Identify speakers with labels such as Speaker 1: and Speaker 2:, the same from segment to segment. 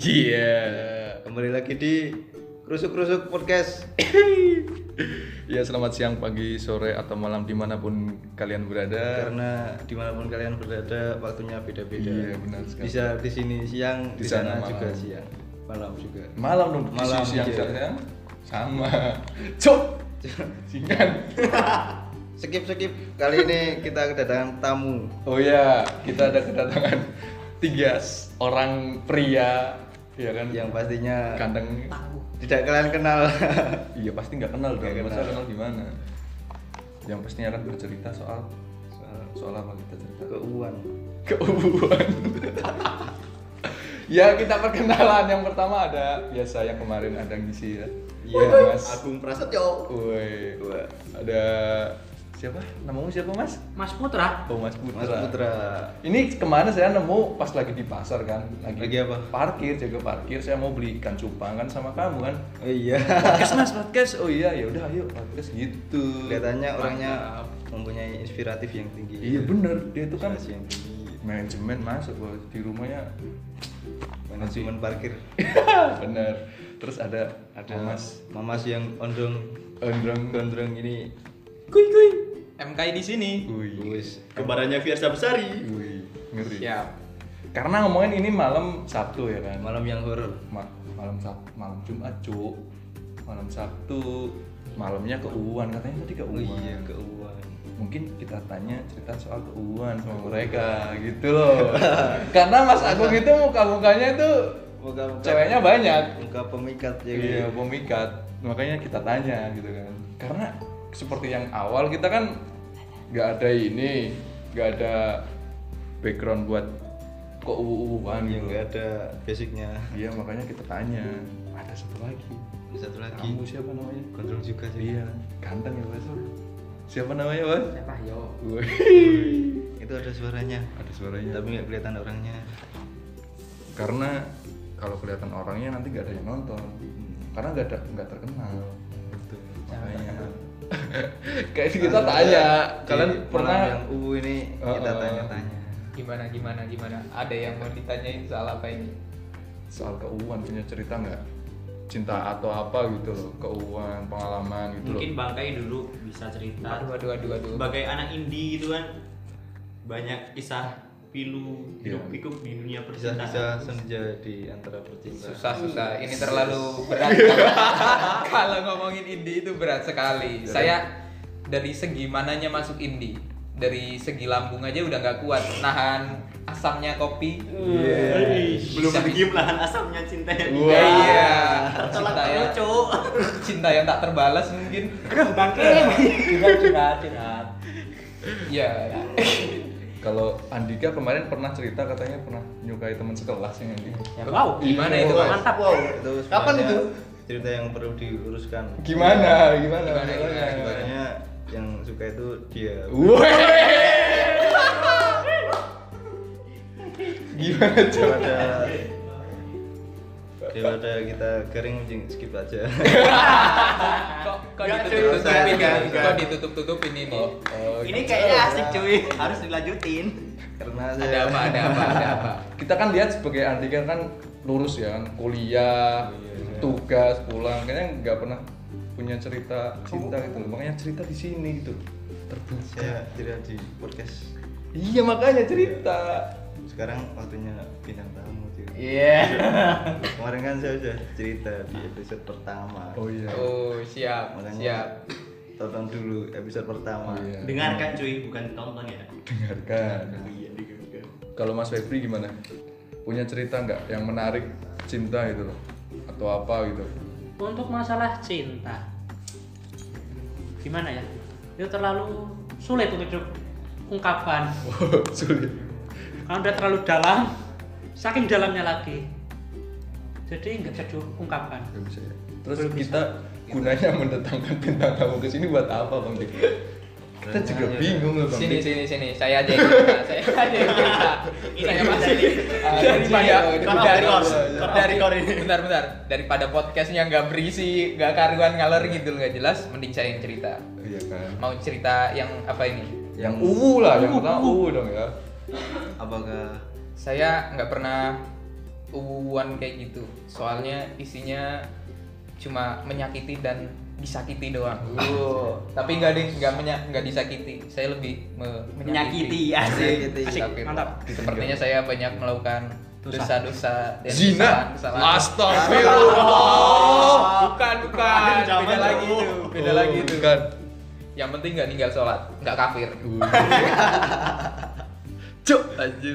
Speaker 1: Iya.
Speaker 2: Ya, Kembali lagi di Krusuk-Krusuk Podcast Eh,
Speaker 1: Ya selamat siang, pagi, sore atau malam dimanapun kalian berada.
Speaker 2: Karena dimanapun kalian berada waktunya beda-beda
Speaker 1: Iya, benar sekali.
Speaker 2: Bisa di sini siang, di,
Speaker 1: Di sana
Speaker 2: sana, juga
Speaker 1: malam.
Speaker 2: siang Malam juga
Speaker 1: Malam dong,
Speaker 2: Malam,
Speaker 1: malam siang
Speaker 2: iya.
Speaker 1: siang sama. Cuk. Singkat.
Speaker 2: Skip-skip, kali ini kita kedatangan tamu
Speaker 1: Oh ya, kita ada kedatangan tiga s- orang pria, ya kan?
Speaker 2: Yang pastinya
Speaker 1: kandang.
Speaker 2: tidak kalian kenal
Speaker 1: Iya pasti nggak kenal dong.
Speaker 2: Nggak
Speaker 1: Masa
Speaker 2: kenal.
Speaker 1: kenal gimana? Yang pastinya akan bercerita soal soal, soal apa kita cerita?
Speaker 2: Keuuan
Speaker 1: keubuan ya kita perkenalan yang pertama ada biasa yang kemarin ada ngisi ya iya mas
Speaker 2: Agung Prasetyo
Speaker 1: woi ada siapa namamu siapa mas
Speaker 3: Mas Putra,
Speaker 1: oh mas putra
Speaker 2: Mas Putra
Speaker 1: ini kemarin saya nemu pas lagi di pasar kan lagi,
Speaker 2: Lagi apa?
Speaker 1: parkir jaga parkir saya mau beli ikan cupang kan sama kamu kan
Speaker 2: Oh iya
Speaker 1: podcast mas podcast oh iya ya udah ayo podcast gitu
Speaker 2: Kelihatannya orangnya
Speaker 3: Mantap.
Speaker 2: mempunyai inspiratif yang tinggi
Speaker 1: iya bener dia itu kan
Speaker 2: Inspirasi yang tinggi
Speaker 1: manajemen masuk Bos. di rumahnya
Speaker 2: Manajemen parkir
Speaker 1: bener terus ada
Speaker 2: ada
Speaker 1: mas
Speaker 2: mamas, yang ondong
Speaker 1: Gondrong
Speaker 2: gondrong ini
Speaker 3: kuy kuy. MKI di sini.
Speaker 1: Wih,
Speaker 2: wis
Speaker 4: Kembarannya Fiersa Besari.
Speaker 1: wih, ngeri.
Speaker 3: Siap.
Speaker 1: Karena ngomongin ini malam Sabtu ya kan.
Speaker 2: malam yang horor
Speaker 1: Ma- malam Sabtu, malam Jumat, Cuk. Malam Sabtu, malamnya keuuan katanya tadi keuuan.
Speaker 3: Oh
Speaker 2: iya,
Speaker 3: iya.
Speaker 2: keuangan
Speaker 1: Mungkin kita tanya cerita soal keuuan sama
Speaker 3: Oh.
Speaker 1: mereka gitu loh. Karena Mas Agung itu muka-mukanya itu
Speaker 2: muka muka
Speaker 1: ceweknya banyak.
Speaker 2: muka pemikat ya
Speaker 1: Iya, pemikat. Makanya kita tanya gitu kan. Karena seperti yang awal kita kan nggak ada ini, nggak ada background buat kok uwu-uwuan gitu.
Speaker 2: yang nggak ada basicnya
Speaker 1: Iya, makanya kita tanya. Ada satu lagi.
Speaker 2: satu lagi
Speaker 1: Kamu siapa namanya?
Speaker 2: gondrong juga sih
Speaker 1: Iya, ganteng ya, Bas. Siapa namanya, Bas?
Speaker 3: Siapa yo?
Speaker 1: Wih,
Speaker 2: itu ada suaranya
Speaker 1: ada suaranya.
Speaker 2: tapi nggak kelihatan orangnya
Speaker 1: Karena kalau kelihatan orangnya nanti nggak ada yang nonton. Karena nggak ada nggak terkenal.
Speaker 2: betul
Speaker 1: makanya kayak kita tanya kalian pernah
Speaker 2: yang uwu ini
Speaker 1: Oh,
Speaker 2: kita
Speaker 1: oh.
Speaker 2: tanya-tanya
Speaker 3: Gimana gimana gimana? Ada yang mau ditanyain soal apa ini?
Speaker 1: soal keuangan punya cerita nggak cinta atau apa gitu loh keuangan pengalaman gitu
Speaker 4: Mungkin
Speaker 1: loh
Speaker 4: Bangkai dulu bisa cerita.
Speaker 3: Aduh aduh aduh aduh.
Speaker 4: Sebagai anak indie gitu kan banyak kisah pilu hidup
Speaker 1: Iya.
Speaker 4: pikuk di dunia
Speaker 2: bisa bisa
Speaker 4: percintaan.
Speaker 2: senja di antara percintaan
Speaker 3: Susah susah. Ini terlalu berat. Kalau ngomongin indie itu berat sekali. Saya dari segi mananya masuk indie. Dari segi lambung aja udah nggak kuat nahan asamnya kopi.
Speaker 4: Hei, Belum
Speaker 3: Bisa-
Speaker 4: lagi melahan asamnya ya, cinta yang
Speaker 1: Wah.
Speaker 4: tidak
Speaker 3: Iya.
Speaker 4: tertolak
Speaker 3: Cinta ya.
Speaker 4: cowok.
Speaker 3: Cinta yang tak terbalas mungkin.
Speaker 4: Curhat, curhat, curhat.
Speaker 3: Ya.
Speaker 1: kalau Andika kemarin pernah cerita katanya pernah menyukai teman sekelas yang ini
Speaker 4: Wow,
Speaker 3: Gimana itu, Mas?
Speaker 4: Mantap.
Speaker 2: wow itu
Speaker 4: Kapan
Speaker 2: sebenarnya
Speaker 4: itu?
Speaker 2: cerita yang perlu diluruskan
Speaker 1: gimana gimana
Speaker 3: Gimana, gimana,
Speaker 1: Iya.
Speaker 3: gimana?
Speaker 2: sebenarnya yang suka itu dia
Speaker 1: gimana coba
Speaker 2: daripada daripada kita garing mending skip aja
Speaker 3: Kok kok
Speaker 4: Nggak, cuy.
Speaker 2: Nggak, nggak.
Speaker 3: ditutup-tutupin ini?
Speaker 2: Oh.
Speaker 3: Kok ditutup-tutupin ini? Oh, gitu.
Speaker 4: Ini kayaknya asik cuy, harus dilanjutin.
Speaker 2: karena saya
Speaker 3: Ada apa? Ada apa? Ada apa?
Speaker 1: kita kan lihat sebagai Andika kan lurus ya kan kuliah tugas pulang kayaknya nggak pernah punya cerita cinta gitu loh makanya cerita di sini gitu terbuka
Speaker 2: saya tidak di podcast
Speaker 1: iya makanya cerita
Speaker 2: sekarang waktunya bintang tamu cuy
Speaker 3: Iya.
Speaker 2: kemarin kan saya sudah cerita di episode pertama
Speaker 1: oh iya
Speaker 3: Oh siap, siap.
Speaker 2: makanya tonton dulu episode pertama
Speaker 1: Oh, iya.
Speaker 4: Dengarkan cuy, bukan tonton ya.
Speaker 1: dengarkan
Speaker 4: Iya, dengarkan.
Speaker 1: kalau Mas Febri gimana punya cerita nggak yang menarik cinta gitu loh atau apa gitu
Speaker 5: untuk masalah cinta gimana ya itu terlalu sulit untuk diungkapkan
Speaker 1: sulit
Speaker 5: karena udah terlalu dalam saking dalamnya lagi jadi nggak bisa diungkapkan
Speaker 1: nggak bisa ya terus kita gunanya mendatangkan bintang tamu ke sini buat apa bang Dik? kita juga bingung loh bang
Speaker 3: Sini
Speaker 1: Dik.
Speaker 3: sini sini. Saya aja yang cerita. Saya aja yang cerita.
Speaker 4: Ini
Speaker 3: Saya
Speaker 4: bisa
Speaker 3: masih
Speaker 4: nih.
Speaker 3: Ah,
Speaker 4: Dari
Speaker 3: sini,
Speaker 4: mana?
Speaker 3: oh,
Speaker 4: Cut off
Speaker 3: dari
Speaker 4: record. Cut off
Speaker 3: dari
Speaker 4: record ini.
Speaker 3: bentar bentar daripada podcastnya nggak berisi nggak karuan ngalor gitu nggak jelas mending saya yang cerita
Speaker 1: iya kan
Speaker 3: mau cerita yang apa ini
Speaker 1: yang uwu lah yang pertama uwu dong ya
Speaker 2: apakah
Speaker 3: saya nggak pernah uwuan kayak gitu. Soalnya isinya cuma menyakiti dan disakiti doang.
Speaker 1: Oh.
Speaker 3: Tapi nggak ada nggak menya- nggak disakiti. Saya lebih me-
Speaker 4: menyakiti asik
Speaker 2: Gitu.
Speaker 5: Asik,
Speaker 3: Tapi-
Speaker 5: mantap.
Speaker 3: Sepertinya saya banyak melakukan
Speaker 5: Dosa.
Speaker 3: dosa-dosa dan
Speaker 1: Zina.
Speaker 3: kesalahan-kesalahan.
Speaker 1: Astagfirullah.
Speaker 3: bukan bukan
Speaker 4: Akhir zaman
Speaker 3: beda
Speaker 4: tuh.
Speaker 3: lagi tuh beda
Speaker 1: Oh,
Speaker 3: lagi tuh
Speaker 1: bukan.
Speaker 3: yang penting nggak ninggal sholat nggak kafir
Speaker 1: Cuk, anjir.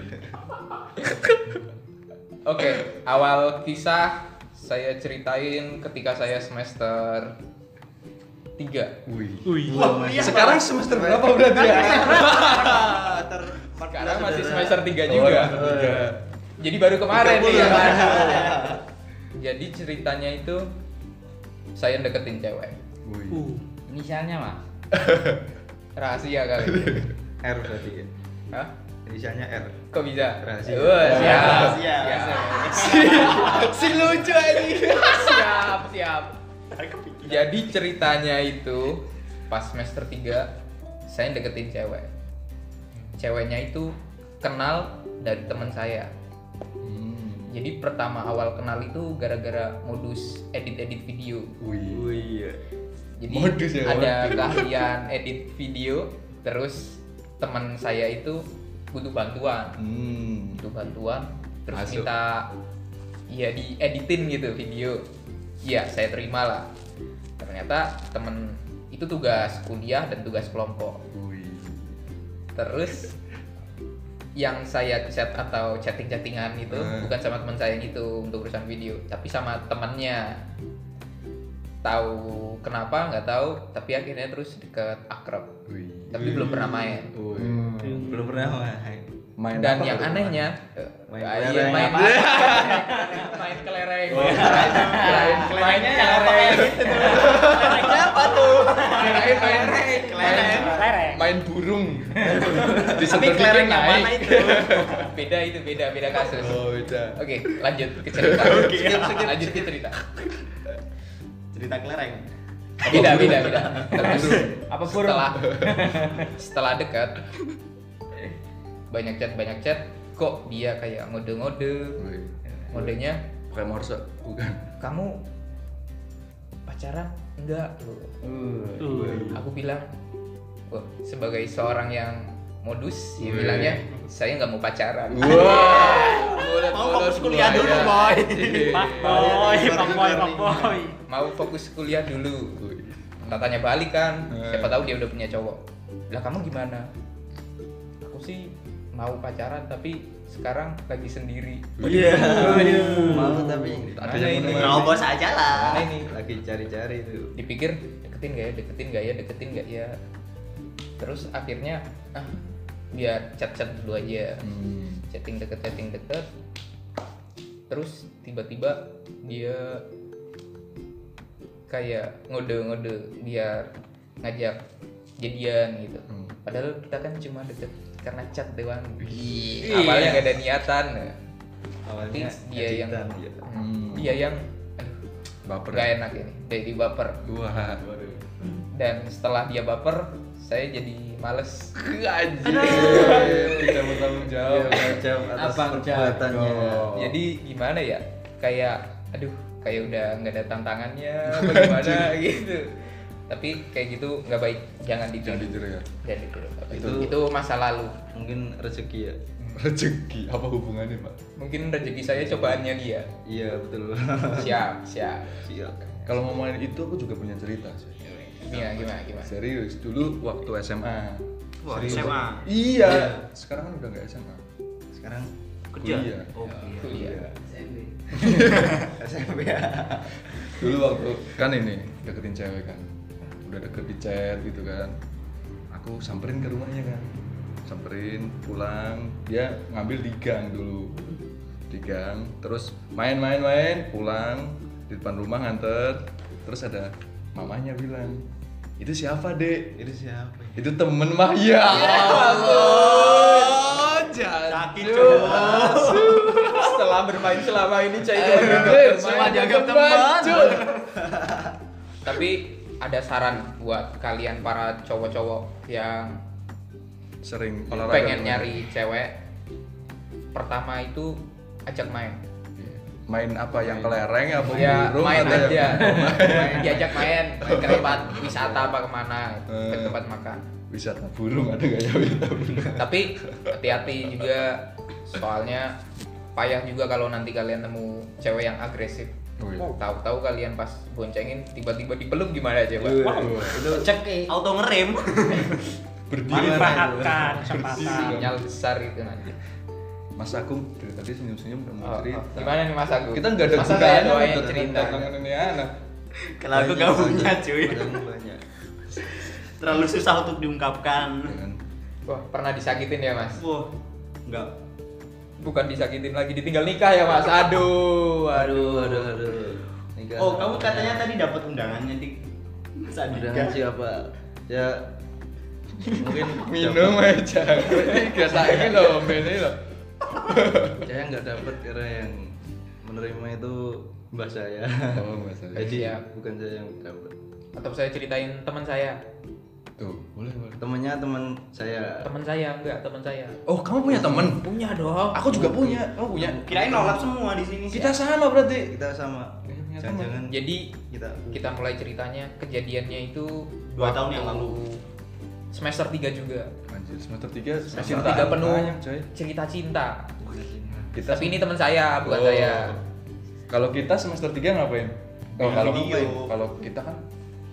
Speaker 3: oke awal kisah saya ceritain ketika saya semester 3
Speaker 1: Wih.
Speaker 5: Wih.
Speaker 4: iya.
Speaker 1: Sekarang semester berapa berarti ya?
Speaker 3: sekarang masih semester 3
Speaker 1: Oh,
Speaker 3: juga
Speaker 1: semester tiga.
Speaker 3: jadi baru kemarin nih ya.
Speaker 2: Tiga
Speaker 3: yang
Speaker 2: bulan.
Speaker 3: lain. jadi ceritanya itu saya deketin cewek
Speaker 2: Iya.
Speaker 1: Wih.
Speaker 5: Uh.
Speaker 3: inisialnya mah rahasia kali
Speaker 1: iya.
Speaker 2: R berarti ya.
Speaker 3: Hah?
Speaker 2: Inisialnya R.
Speaker 3: Kok bisa?
Speaker 2: Rahasia.
Speaker 3: Wah,
Speaker 4: Iya,
Speaker 3: siap.
Speaker 4: Rahasia.
Speaker 3: Siap. si lucu ini. siap, siap. Jadi ceritanya itu pas semester 3 saya deketin cewek. Ceweknya itu kenal dari teman saya.
Speaker 1: Hmm.
Speaker 3: Jadi pertama awal kenal itu gara-gara modus edit-edit video. Oh,
Speaker 1: Wih.
Speaker 4: iya
Speaker 3: Jadi
Speaker 1: Modus ya,
Speaker 3: ada
Speaker 1: modus.
Speaker 3: keahlian edit video, terus teman saya itu butuh bantuan
Speaker 1: Hmm.
Speaker 3: butuh Gitu, bantuan terus
Speaker 1: Masuk.
Speaker 3: minta ya dieditin gitu video ya saya terima lah ternyata temen itu tugas kuliah dan tugas kelompok
Speaker 1: Wih.
Speaker 3: terus yang saya chat atau chatting chattingan itu
Speaker 1: Hmm.
Speaker 3: bukan sama teman saya yang itu untuk urusan video tapi sama temannya tahu kenapa nggak tahu tapi akhirnya terus deket akrab
Speaker 1: Wih.
Speaker 3: tapi belum pernah main
Speaker 1: Wih.
Speaker 2: Belum pernah main.
Speaker 1: Main apa
Speaker 3: dan yang
Speaker 1: tuh?
Speaker 3: anehnya
Speaker 2: Main
Speaker 3: eh,
Speaker 2: kelereng.
Speaker 3: iya, main
Speaker 2: Apa?
Speaker 3: main kelereng main main main kelereng
Speaker 5: Apa tuh?
Speaker 3: Kirain main main
Speaker 5: Lereng.
Speaker 1: main burung. Di
Speaker 4: tapi
Speaker 1: setel
Speaker 4: kelereng
Speaker 1: dikit
Speaker 4: yang mana
Speaker 1: naik.
Speaker 4: itu
Speaker 3: beda itu beda beda kasus
Speaker 1: Oh, udah.
Speaker 3: oke lanjut ke cerita lanjut ke cerita
Speaker 4: cerita kelereng
Speaker 3: beda beda beda terus
Speaker 5: Apa burung?
Speaker 3: setelah setelah dekat banyak chat banyak chat kok dia kayak ngode-ngode
Speaker 1: Wih.
Speaker 3: modenya
Speaker 1: Pakai morse bukan.
Speaker 3: kamu pacaran enggak loh aku bilang "Wah, sebagai seorang yang modus ya
Speaker 1: Wih.
Speaker 3: bilangnya saya nggak mau pacaran
Speaker 1: Wah.
Speaker 4: Mau fokus kuliah dulu, Boy.
Speaker 1: Iya,
Speaker 5: Pak boy, pak boy, pak boy.
Speaker 3: mau fokus kuliah dulu tak tanya balik kan
Speaker 1: Eh.
Speaker 3: siapa tahu dia udah punya cowok lah kamu gimana aku sih mau pacaran tapi sekarang lagi sendiri
Speaker 2: Oh,
Speaker 1: Iya.
Speaker 2: Malu tapi
Speaker 1: Ada
Speaker 3: Mana
Speaker 1: yang
Speaker 3: ini?
Speaker 1: menemani.
Speaker 4: nerobos aja lah
Speaker 3: Mana ini
Speaker 2: Nah, lagi cari-cari tuh.
Speaker 3: dipikir deketin gak ya deketin gak ya deketin gak ya terus akhirnya ah biar chat chat dulu aja
Speaker 1: Hmm.
Speaker 3: chatting deket chatting deket terus tiba-tiba dia kayak ngode-ngode biar ngajak jadian gitu
Speaker 1: Hmm.
Speaker 3: padahal kita kan cuma deket karena chat doang
Speaker 1: Iya.
Speaker 3: awalnya nggak ada niatan
Speaker 2: Awalnya
Speaker 3: dia yang-
Speaker 2: editan dia.
Speaker 1: Hmm.
Speaker 3: dia yang aduh,
Speaker 1: Baper.
Speaker 3: nggak enak ini jadi baper
Speaker 1: Wah.
Speaker 3: dan setelah dia baper saya jadi males
Speaker 1: Anjir. Tidak bertanggung jawab.
Speaker 2: Dia Oh, jam Iya, atas
Speaker 3: Abang Jam.
Speaker 2: perbuatannya.
Speaker 1: Oh.
Speaker 3: jadi gimana ya kayak aduh kayak udah nggak ada tantangannya apa gimana gitu tapi kayak gitu nggak baik jangan
Speaker 1: Jangan
Speaker 3: ditiru
Speaker 1: ditiru ya.
Speaker 3: jangan ditiru Tapi itu
Speaker 2: Itu-
Speaker 3: itu masa lalu
Speaker 2: Mungkin rezeki ya.
Speaker 1: Rezeki apa hubungannya, Pak?
Speaker 3: mungkin rezeki saya cobaannya dia
Speaker 2: Iya, betul.
Speaker 3: siap siap
Speaker 2: Siap.
Speaker 1: Kalau mau main itu aku juga punya cerita. sih.
Speaker 3: gimana gimana gimana Ah.
Speaker 1: Serius, dulu waktu SMA.
Speaker 4: Wah,
Speaker 1: Serius.
Speaker 4: SMA.
Speaker 1: Iya. Sekarang kan udah nggak SMA.
Speaker 2: Sekarang
Speaker 4: kerja
Speaker 1: Kuliah.
Speaker 4: oh
Speaker 2: Iya.
Speaker 3: kuliah
Speaker 2: SMP ya.
Speaker 1: Dulu waktu kan ini deketin cewek kan. Udah deket di chat gitu kan. Aku samperin ke rumahnya kan. Samperin, pulang, dia ngambil di gang dulu. Di gang, terus main-main-main, pulang di depan rumah nganter. Terus ada mamanya bilang, "Itu siapa, Dek?"
Speaker 2: Itu siapa? ya?
Speaker 1: itu temen mah ya
Speaker 3: Allah.
Speaker 4: Sakit,
Speaker 3: Aduh.
Speaker 4: Cuk.
Speaker 3: setelah bermain selama ini cah itu
Speaker 1: Eh,
Speaker 3: bermain,
Speaker 1: bener,
Speaker 3: bermain,
Speaker 1: cuma jaga
Speaker 3: bermain,
Speaker 1: teman.
Speaker 3: Cuk. tapi ada saran buat kalian para cowok-cowok yang
Speaker 1: sering
Speaker 3: pengen nyari cewek pertama itu ajak main
Speaker 1: Iya. main apa yang kelereng apa
Speaker 3: ya
Speaker 1: burung
Speaker 3: main
Speaker 1: Oh, atau
Speaker 3: aja
Speaker 1: yang-
Speaker 3: Main, diajak main main ke tempat wisata apa kemana ke
Speaker 1: Eh.
Speaker 3: tempat makan
Speaker 1: wisata burung ada nggak ya wisata burung
Speaker 3: tapi hati-hati juga soalnya payah juga kalau nanti kalian nemu cewek yang agresif
Speaker 1: Oh iya.
Speaker 3: Gitu. tahu-tahu kalian pas boncengin tiba-tiba dipeluk gimana coba
Speaker 1: Waduh,
Speaker 4: cek auto ngerem
Speaker 1: berdiri
Speaker 5: Manfaatkan kesempatan.
Speaker 3: sinyal besar itu nanti
Speaker 1: Mas Agung dari tadi senyum-senyum udah mau
Speaker 3: Oh, oh.
Speaker 1: cerita
Speaker 3: gimana nih Mas Agung?
Speaker 1: kita nggak ada
Speaker 3: Masa saya
Speaker 1: gunanya
Speaker 3: doain
Speaker 1: untuk
Speaker 3: cerita.
Speaker 1: tantangan ini anak
Speaker 4: kalau aku gak punya cuy
Speaker 2: Banyak, banyak.
Speaker 4: terlalu susah untuk diungkapkan
Speaker 1: Dengan
Speaker 3: Wah, pernah disakitin ya Mas?
Speaker 4: wah nggak
Speaker 3: Bukan disakitin lagi, ditinggal nikah ya Mas. Aduh,
Speaker 2: Aduh,
Speaker 3: aduh, aduh.
Speaker 2: aduh. Nikah.
Speaker 4: oh kamu katanya tadi dapat undangannya di Mas Andika.
Speaker 2: Undangan siapa? Ya mungkin
Speaker 1: minum aja nggak sakit loh Ben ini loh
Speaker 2: dapat. saya nggak dapat karena yang menerima itu mbak saya.
Speaker 1: oh mas Agung.
Speaker 2: Jadi
Speaker 3: Siap.
Speaker 2: bukan saya yang dapat.
Speaker 3: Atau saya ceritain teman saya.
Speaker 1: tuh boleh boleh
Speaker 2: Temennya teman saya.
Speaker 3: Teman saya enggak, teman saya.
Speaker 1: oh kamu punya temen
Speaker 3: Punya dong. Oh,
Speaker 1: aku juga punya kamu punya
Speaker 4: kirain nolak semua di sini
Speaker 1: kita sama berarti
Speaker 2: Kita sama.
Speaker 1: Iya, punya
Speaker 2: Jangan-jangan
Speaker 3: Jadi
Speaker 2: kita
Speaker 3: kita mulai ceritanya kejadiannya itu
Speaker 4: Dua
Speaker 3: waktu
Speaker 4: tahun yang lalu.
Speaker 3: Semester 3 juga.
Speaker 1: anjir semester 3
Speaker 3: Semester 3 penuh
Speaker 1: banyak coy
Speaker 3: cerita cinta.
Speaker 1: kita
Speaker 3: Tapi ini teman saya, bukan
Speaker 1: Oh.
Speaker 3: saya.
Speaker 1: kalau kita semester 3 ngapain oh,
Speaker 4: Main
Speaker 1: kalau
Speaker 4: video.
Speaker 1: kalau kita kan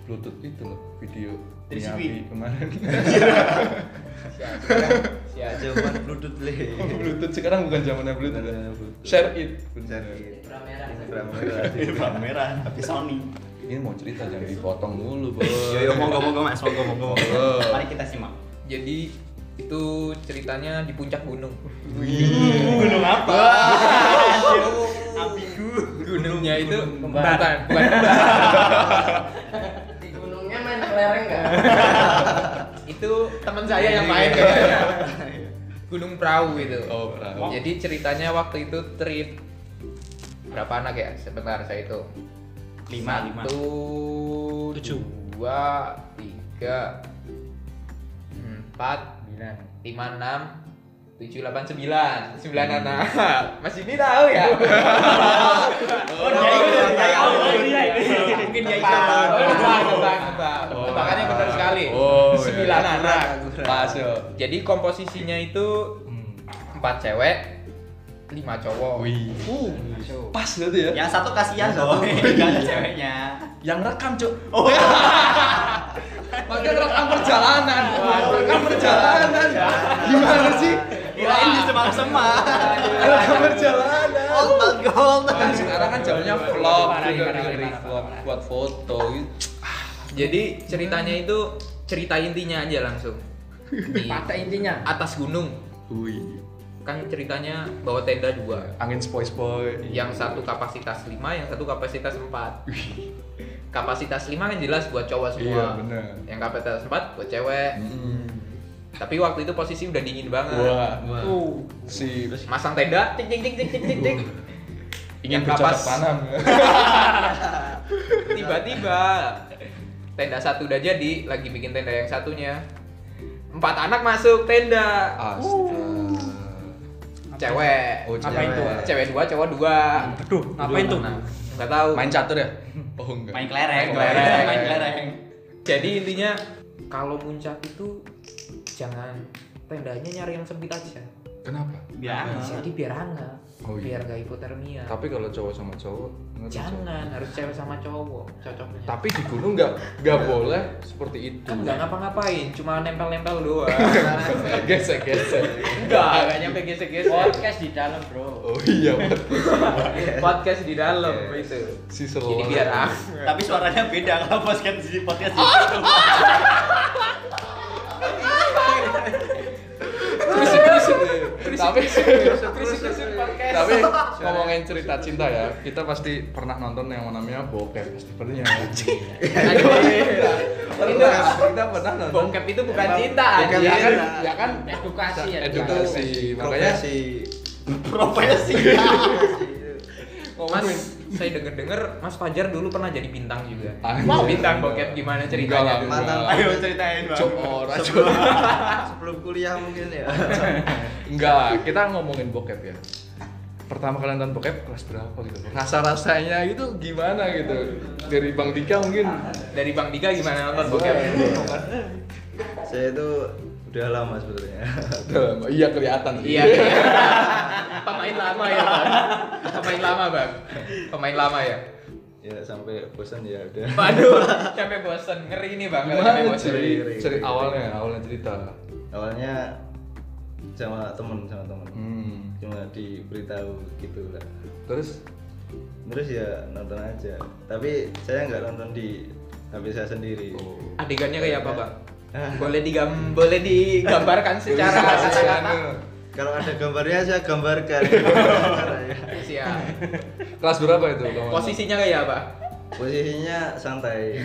Speaker 1: bluetooth itu loh video
Speaker 4: 3CP.
Speaker 1: Miyabi kemarin
Speaker 3: Siap, siap, siap.
Speaker 2: jawaban bluetooth le.
Speaker 1: bluetooth sekarang bukan zamannya bluetooth
Speaker 2: Zamannya
Speaker 1: ya.
Speaker 2: Bluetooth.
Speaker 1: share it bener.
Speaker 2: Sergit.
Speaker 5: Kamera.
Speaker 2: Iya.
Speaker 4: Merah, merah, tapi Sony.
Speaker 1: ini mau cerita jangan dipotong dulu bos
Speaker 4: Yo yo monggo monggo Mas, monggo monggo. Mari kita simak.
Speaker 3: Jadi itu ceritanya di puncak gunung.
Speaker 4: Iya. Gunung apa? Ambigu.
Speaker 3: Gunungnya itu
Speaker 5: kembar.
Speaker 3: bukan, bukan kembar.
Speaker 5: Di gunungnya main kelereng nggak?
Speaker 3: itu teman saya yang main kayaknya. Gunung perahu itu.
Speaker 1: Oh, perahu.
Speaker 3: Jadi ceritanya waktu itu trip berapa anak ya? Sebentar saya itu.
Speaker 4: Lima, lima.
Speaker 3: Satu,
Speaker 5: Tujuh.
Speaker 3: dua, tiga, hmm, empat, lima, enam, tujuh, delapan, sembilan. Sembilan anak. Mas ini tahu ya?
Speaker 4: Oh, dia ikut, dia ikut.
Speaker 5: Oh, iya, iya.
Speaker 3: Mungkin dia
Speaker 4: Tebak.
Speaker 3: ikut. Oh, tebak, tebak, tebak.
Speaker 1: Oh.
Speaker 3: Tebakannya benar sekali.
Speaker 1: Oh, iya.
Speaker 3: Sembilan anak.
Speaker 1: pas yo
Speaker 3: Jadi komposisinya itu
Speaker 2: Hmm.
Speaker 3: empat cewek, lima cowok.
Speaker 1: Wih.
Speaker 3: Uh,
Speaker 1: pas gitu ya
Speaker 4: Yang satu kasihan dong, enggak ada ceweknya.
Speaker 1: yang rekam cuk
Speaker 4: Oh,
Speaker 3: Pakai rekam perjalanan.
Speaker 4: Waduh.
Speaker 3: Rekam perjalanan.
Speaker 1: gimana sih
Speaker 4: kirain di semak-semak.
Speaker 1: rekam perjalanan
Speaker 4: Old man gold.
Speaker 1: Nah, sekarang kan zamannya vlog
Speaker 5: Parah,
Speaker 1: juga
Speaker 5: parah,
Speaker 1: ngeri
Speaker 5: parah,
Speaker 1: vlog
Speaker 5: parah.
Speaker 1: buat foto gitu
Speaker 3: Ah, Jadi ceritanya itu cerita intinya aja langsung. Di
Speaker 5: Patah intinya.
Speaker 3: atas gunung
Speaker 1: Wih.
Speaker 3: kan ceritanya bawa tenda dua.
Speaker 1: angin spoi spoi
Speaker 3: Yang satu kapasitas lima, yang satu kapasitas empat. Kapasitas lima kan jelas buat cowok
Speaker 1: Iya,
Speaker 3: semua.
Speaker 1: bener. Hmm.
Speaker 3: Yang kapasitas empat buat cewek. Tapi waktu itu posisi udah dingin banget.
Speaker 1: wah
Speaker 5: Tuh.
Speaker 1: si
Speaker 3: Masang tenda, cing cing cing cing cing cing cing.
Speaker 1: ingin
Speaker 3: Yang
Speaker 1: bercocok
Speaker 3: kapas.
Speaker 1: tanam
Speaker 3: Tiba-tiba tenda satu udah jadi, lagi bikin tenda yang satunya. Empat anak masuk tenda.
Speaker 1: astaga
Speaker 3: Cewek.
Speaker 1: Oh,
Speaker 5: Apa itu?
Speaker 1: cewek.
Speaker 3: Cewek dua, cowok dua.
Speaker 5: Aduh, ngapain tuh?
Speaker 3: Nah, nggak tahu.
Speaker 1: main catur ya oh enggak
Speaker 4: Main kelereng,
Speaker 3: Main kelereng.
Speaker 4: main kelereng.
Speaker 3: Jadi intinya kalau muncak itu jangan tendanya nyari yang sempit aja.
Speaker 1: kenapa
Speaker 4: Biar
Speaker 3: Jadi biar hangat,
Speaker 1: Oh, iya.
Speaker 3: biar nggak hipotermia.
Speaker 1: tapi kalau cowok sama cowok ngerti, Cok.
Speaker 3: Jangan, harus cewek sama cowok cocoknya.
Speaker 1: tapi di gunung nggak nggak boleh seperti itu
Speaker 3: kan nggak ngapa-ngapain, cuma nempel-nempel doang.
Speaker 1: gesek gesek
Speaker 3: Enggak, nggak nyampe gesek-gesek.
Speaker 5: Podcast di dalam, Bro.
Speaker 1: oh iya betul
Speaker 3: Podcast di dalam itu.
Speaker 1: Iya. si
Speaker 3: Jadi
Speaker 1: selolah
Speaker 3: biar ah. hangat.
Speaker 4: Tapi suaranya beda kalau podcast di podcast itu.
Speaker 1: Krisik, krisik. tapi tapi
Speaker 3: Tapi-
Speaker 1: ngomongin cerita cinta ya kita pasti pernah nonton yang namanya bokep pasti pernah ya
Speaker 3: Itu
Speaker 1: pernah kita pernah nonton
Speaker 3: bokep itu bukan
Speaker 2: Emang
Speaker 3: cinta
Speaker 2: bokep
Speaker 3: anjir.
Speaker 1: ya kan ya kan
Speaker 5: Edukasi ya.
Speaker 1: edukasi makanya
Speaker 2: si
Speaker 4: Profesi.
Speaker 3: Oh, Mas, saya denger-denger Mas Fajar dulu pernah jadi bintang juga.
Speaker 1: Anjir.
Speaker 3: Wow. Bintang bokep gimana
Speaker 1: Enggak lah,
Speaker 3: ceritanya? dulu?
Speaker 1: Mas.
Speaker 2: mantan
Speaker 4: Ayo ceritain, Bang.
Speaker 1: cok ora cok
Speaker 2: sebelum, sebelum kuliah mungkin ya.
Speaker 1: enggak kita ngomongin bokep ya pertama kali nonton bokep kelas berapa gitu rasa rasanya itu gimana gitu dari bang Dika mungkin
Speaker 3: Dari Bang Dika gimana nonton bokep?
Speaker 2: saya itu udah lama sebetulnya
Speaker 1: Dalam- iya kelihatan sih.
Speaker 3: Iya. Pemain lama ya, Bang. Pemain lama, Bang. Pemain lama ya.
Speaker 2: ya sampai bosan ya udah
Speaker 3: Waduh, sampai bosen. Ngeri nih, Bang. kalau Sampai
Speaker 1: gimana
Speaker 3: bosen.
Speaker 1: cerita
Speaker 2: Ngeri,
Speaker 1: cerita
Speaker 2: ngeri.
Speaker 1: awalnya awalnya cerita
Speaker 2: awalnya sama temen sama temen
Speaker 1: Hmm.
Speaker 2: cuma diberitahu gitu lah
Speaker 1: terus
Speaker 2: terus ya nonton aja tapi saya nggak nonton di HP saya sendiri
Speaker 1: oh,
Speaker 3: Adegannya kayak apa, Bang?
Speaker 1: Ah.
Speaker 3: Boleh digam boleh digambarkan secara kata-kata.
Speaker 2: kalau ada gambarnya saya gambarkan
Speaker 3: Siap.
Speaker 1: kelas berapa itu kawan?
Speaker 3: Posisinya kayak apa?
Speaker 2: posisinya santai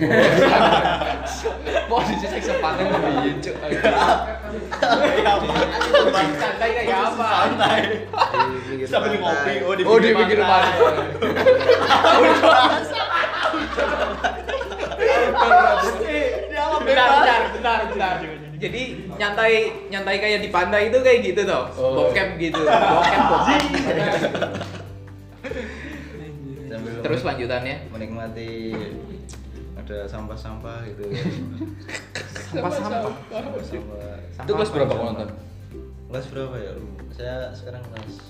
Speaker 1: posisi seks sepatu lebih yecuk
Speaker 4: Iya,
Speaker 3: Santai kayak apa?
Speaker 2: di pinggir pantai.
Speaker 4: Sambil ngopi, oh di
Speaker 1: oh dia pikir mana
Speaker 4: Dia apa
Speaker 3: Bentar, bentar, bentar, bentar. Jadi nyantai nyantai kayak di pantai itu kayak gitu toh.
Speaker 1: Oh.
Speaker 3: Bokep gitu. Bokep bokep.
Speaker 2: Sambil
Speaker 3: Terus
Speaker 2: menik-
Speaker 3: lanjutannya.
Speaker 2: menikmati ada sampah-sampah gitu
Speaker 3: Sampah-sampah.
Speaker 2: sampah-sampah
Speaker 1: itu kelas berapa kau nonton
Speaker 2: kelas berapa ya Lu? saya sekarang kelas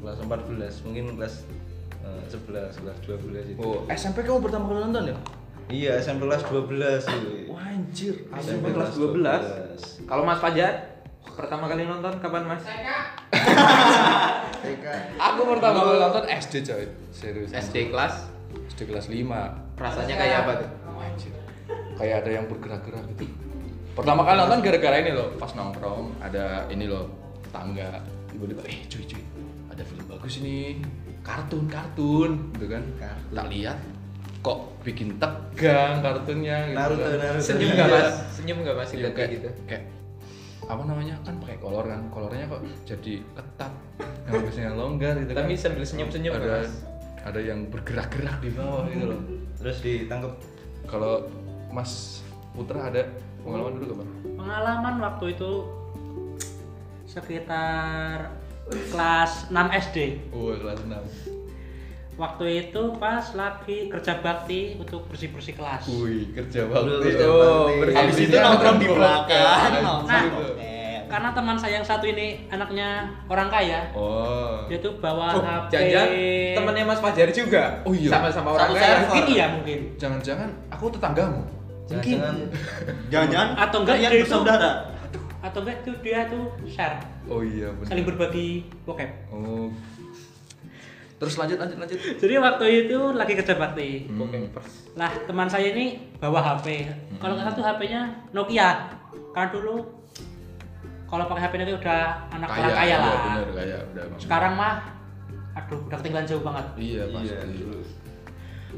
Speaker 2: kelas 14 mungkin kelas eh, 11 kelas 12 itu
Speaker 1: oh SMP kamu pertama kali nonton ya
Speaker 2: iya SMP kelas 12 itu
Speaker 1: Wah, anjir
Speaker 2: SMP kelas 12.
Speaker 3: Kalau Mas Fajar pertama kali nonton kapan Mas?
Speaker 2: TK
Speaker 1: aku pertama kali nonton SD coy serius
Speaker 3: SD kelas.
Speaker 1: SD kelas 5
Speaker 3: Rasanya kayak apa tuh?
Speaker 1: Anjir. Kayak ada yang bergerak-gerak gitu. Pertama kali nonton gara-gara ini loh, pas nongkrong ada ini loh, tangga tiba-tiba eh cuy cuy, ada film bagus ini, kartun kartun gitu kan.
Speaker 2: Kartun.
Speaker 1: Tak lihat kok bikin tegang kartunnya gitu.
Speaker 2: Naruto
Speaker 1: kan.
Speaker 2: Naruto Iya.
Speaker 3: Senyum nggak Mas? Senyum nggak Mas
Speaker 1: Iya,
Speaker 3: ingat
Speaker 1: kayak
Speaker 3: kayak gitu?
Speaker 1: Kayak apa namanya kan pakai kolor kan, kolornya kok jadi ketat, habisnya longgar gitu kan.
Speaker 3: Tapi sambil senyum-senyum nggak,
Speaker 1: ada
Speaker 3: Mas?
Speaker 1: ada yang bergerak-gerak di bawah gitu loh.
Speaker 2: terus ditangkap
Speaker 1: Kalau Mas Putra ada pengalaman dulu gak, Bang?
Speaker 5: Pengalaman waktu itu sekitar kelas 6 SD.
Speaker 1: Oh, kelas 6.
Speaker 5: Waktu itu pas lagi kerja bakti untuk bersih-bersih kelas.
Speaker 1: Wih, kerja
Speaker 2: Dulu
Speaker 1: bakti.
Speaker 2: kerja bakti.
Speaker 4: Habis itu
Speaker 1: Iya,
Speaker 4: nongkrong di belakang.
Speaker 5: Nah.
Speaker 4: Nongkrong. Eh,
Speaker 5: Karena teman saya yang satu ini anaknya orang kaya,
Speaker 1: Oh.
Speaker 5: dia tuh
Speaker 3: Oh,
Speaker 5: bawa HP.
Speaker 3: jangan temennya Mas Fajar juga.
Speaker 1: Oh iya.
Speaker 3: Sama-sama orang
Speaker 4: Sama
Speaker 3: kaya.
Speaker 4: server.
Speaker 5: Mungkin iya mungkin.
Speaker 1: Jangan-jangan aku tetanggamu.
Speaker 2: jangan-jangan
Speaker 4: Jangan-jangan
Speaker 5: Atau enggak
Speaker 4: kalian
Speaker 5: dia itu-
Speaker 4: bersaudara.
Speaker 5: Atau enggak tuh dia tuh share,
Speaker 1: Oh iya, benar.
Speaker 5: saling berbagi bokep.
Speaker 1: Oh. Terus lanjut lanjut lanjut.
Speaker 5: Jadi waktu itu lagi kerja bakti.
Speaker 1: Hmm.
Speaker 3: Oke, pers.
Speaker 5: Lah teman saya ini bawa HP. Kalau nggak salah tuh HP-nya Nokia. Karena dulu kalau pakai HP Nokia udah anak orang kaya lah.
Speaker 1: Iya, benar, kaya udah. Bang.
Speaker 5: Sekarang mah aduh udah ketinggalan jauh banget.
Speaker 1: Iya, pasti.
Speaker 2: iya dulu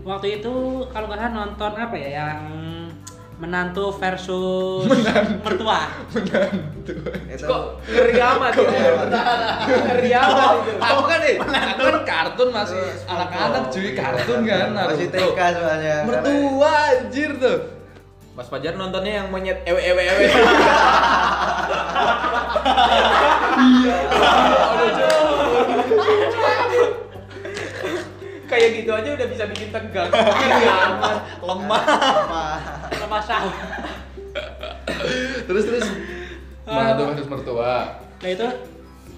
Speaker 5: Waktu itu kalau nggak salah nonton apa ya yang menantu versus mertua.
Speaker 2: itu
Speaker 3: Kok ngeri amat ya? Ngeri amat itu. Eh,
Speaker 1: Aku kan nih, aku kan kartun masih anak-anak
Speaker 3: Iya.
Speaker 1: cuy, kartun kan.
Speaker 2: masih
Speaker 1: Naruto.
Speaker 2: TK soalnya
Speaker 1: Mertua anjir tuh.
Speaker 3: Mas Fajar nontonnya yang monyet ewe ewe ewe. Kayak gitu aja udah bisa bikin tegang.
Speaker 1: Iya.
Speaker 3: Ngeri amat.
Speaker 4: Lemah.
Speaker 5: Lepas sahur.
Speaker 1: Terus terus. Mana tuh kasus mertua?
Speaker 5: Nah itu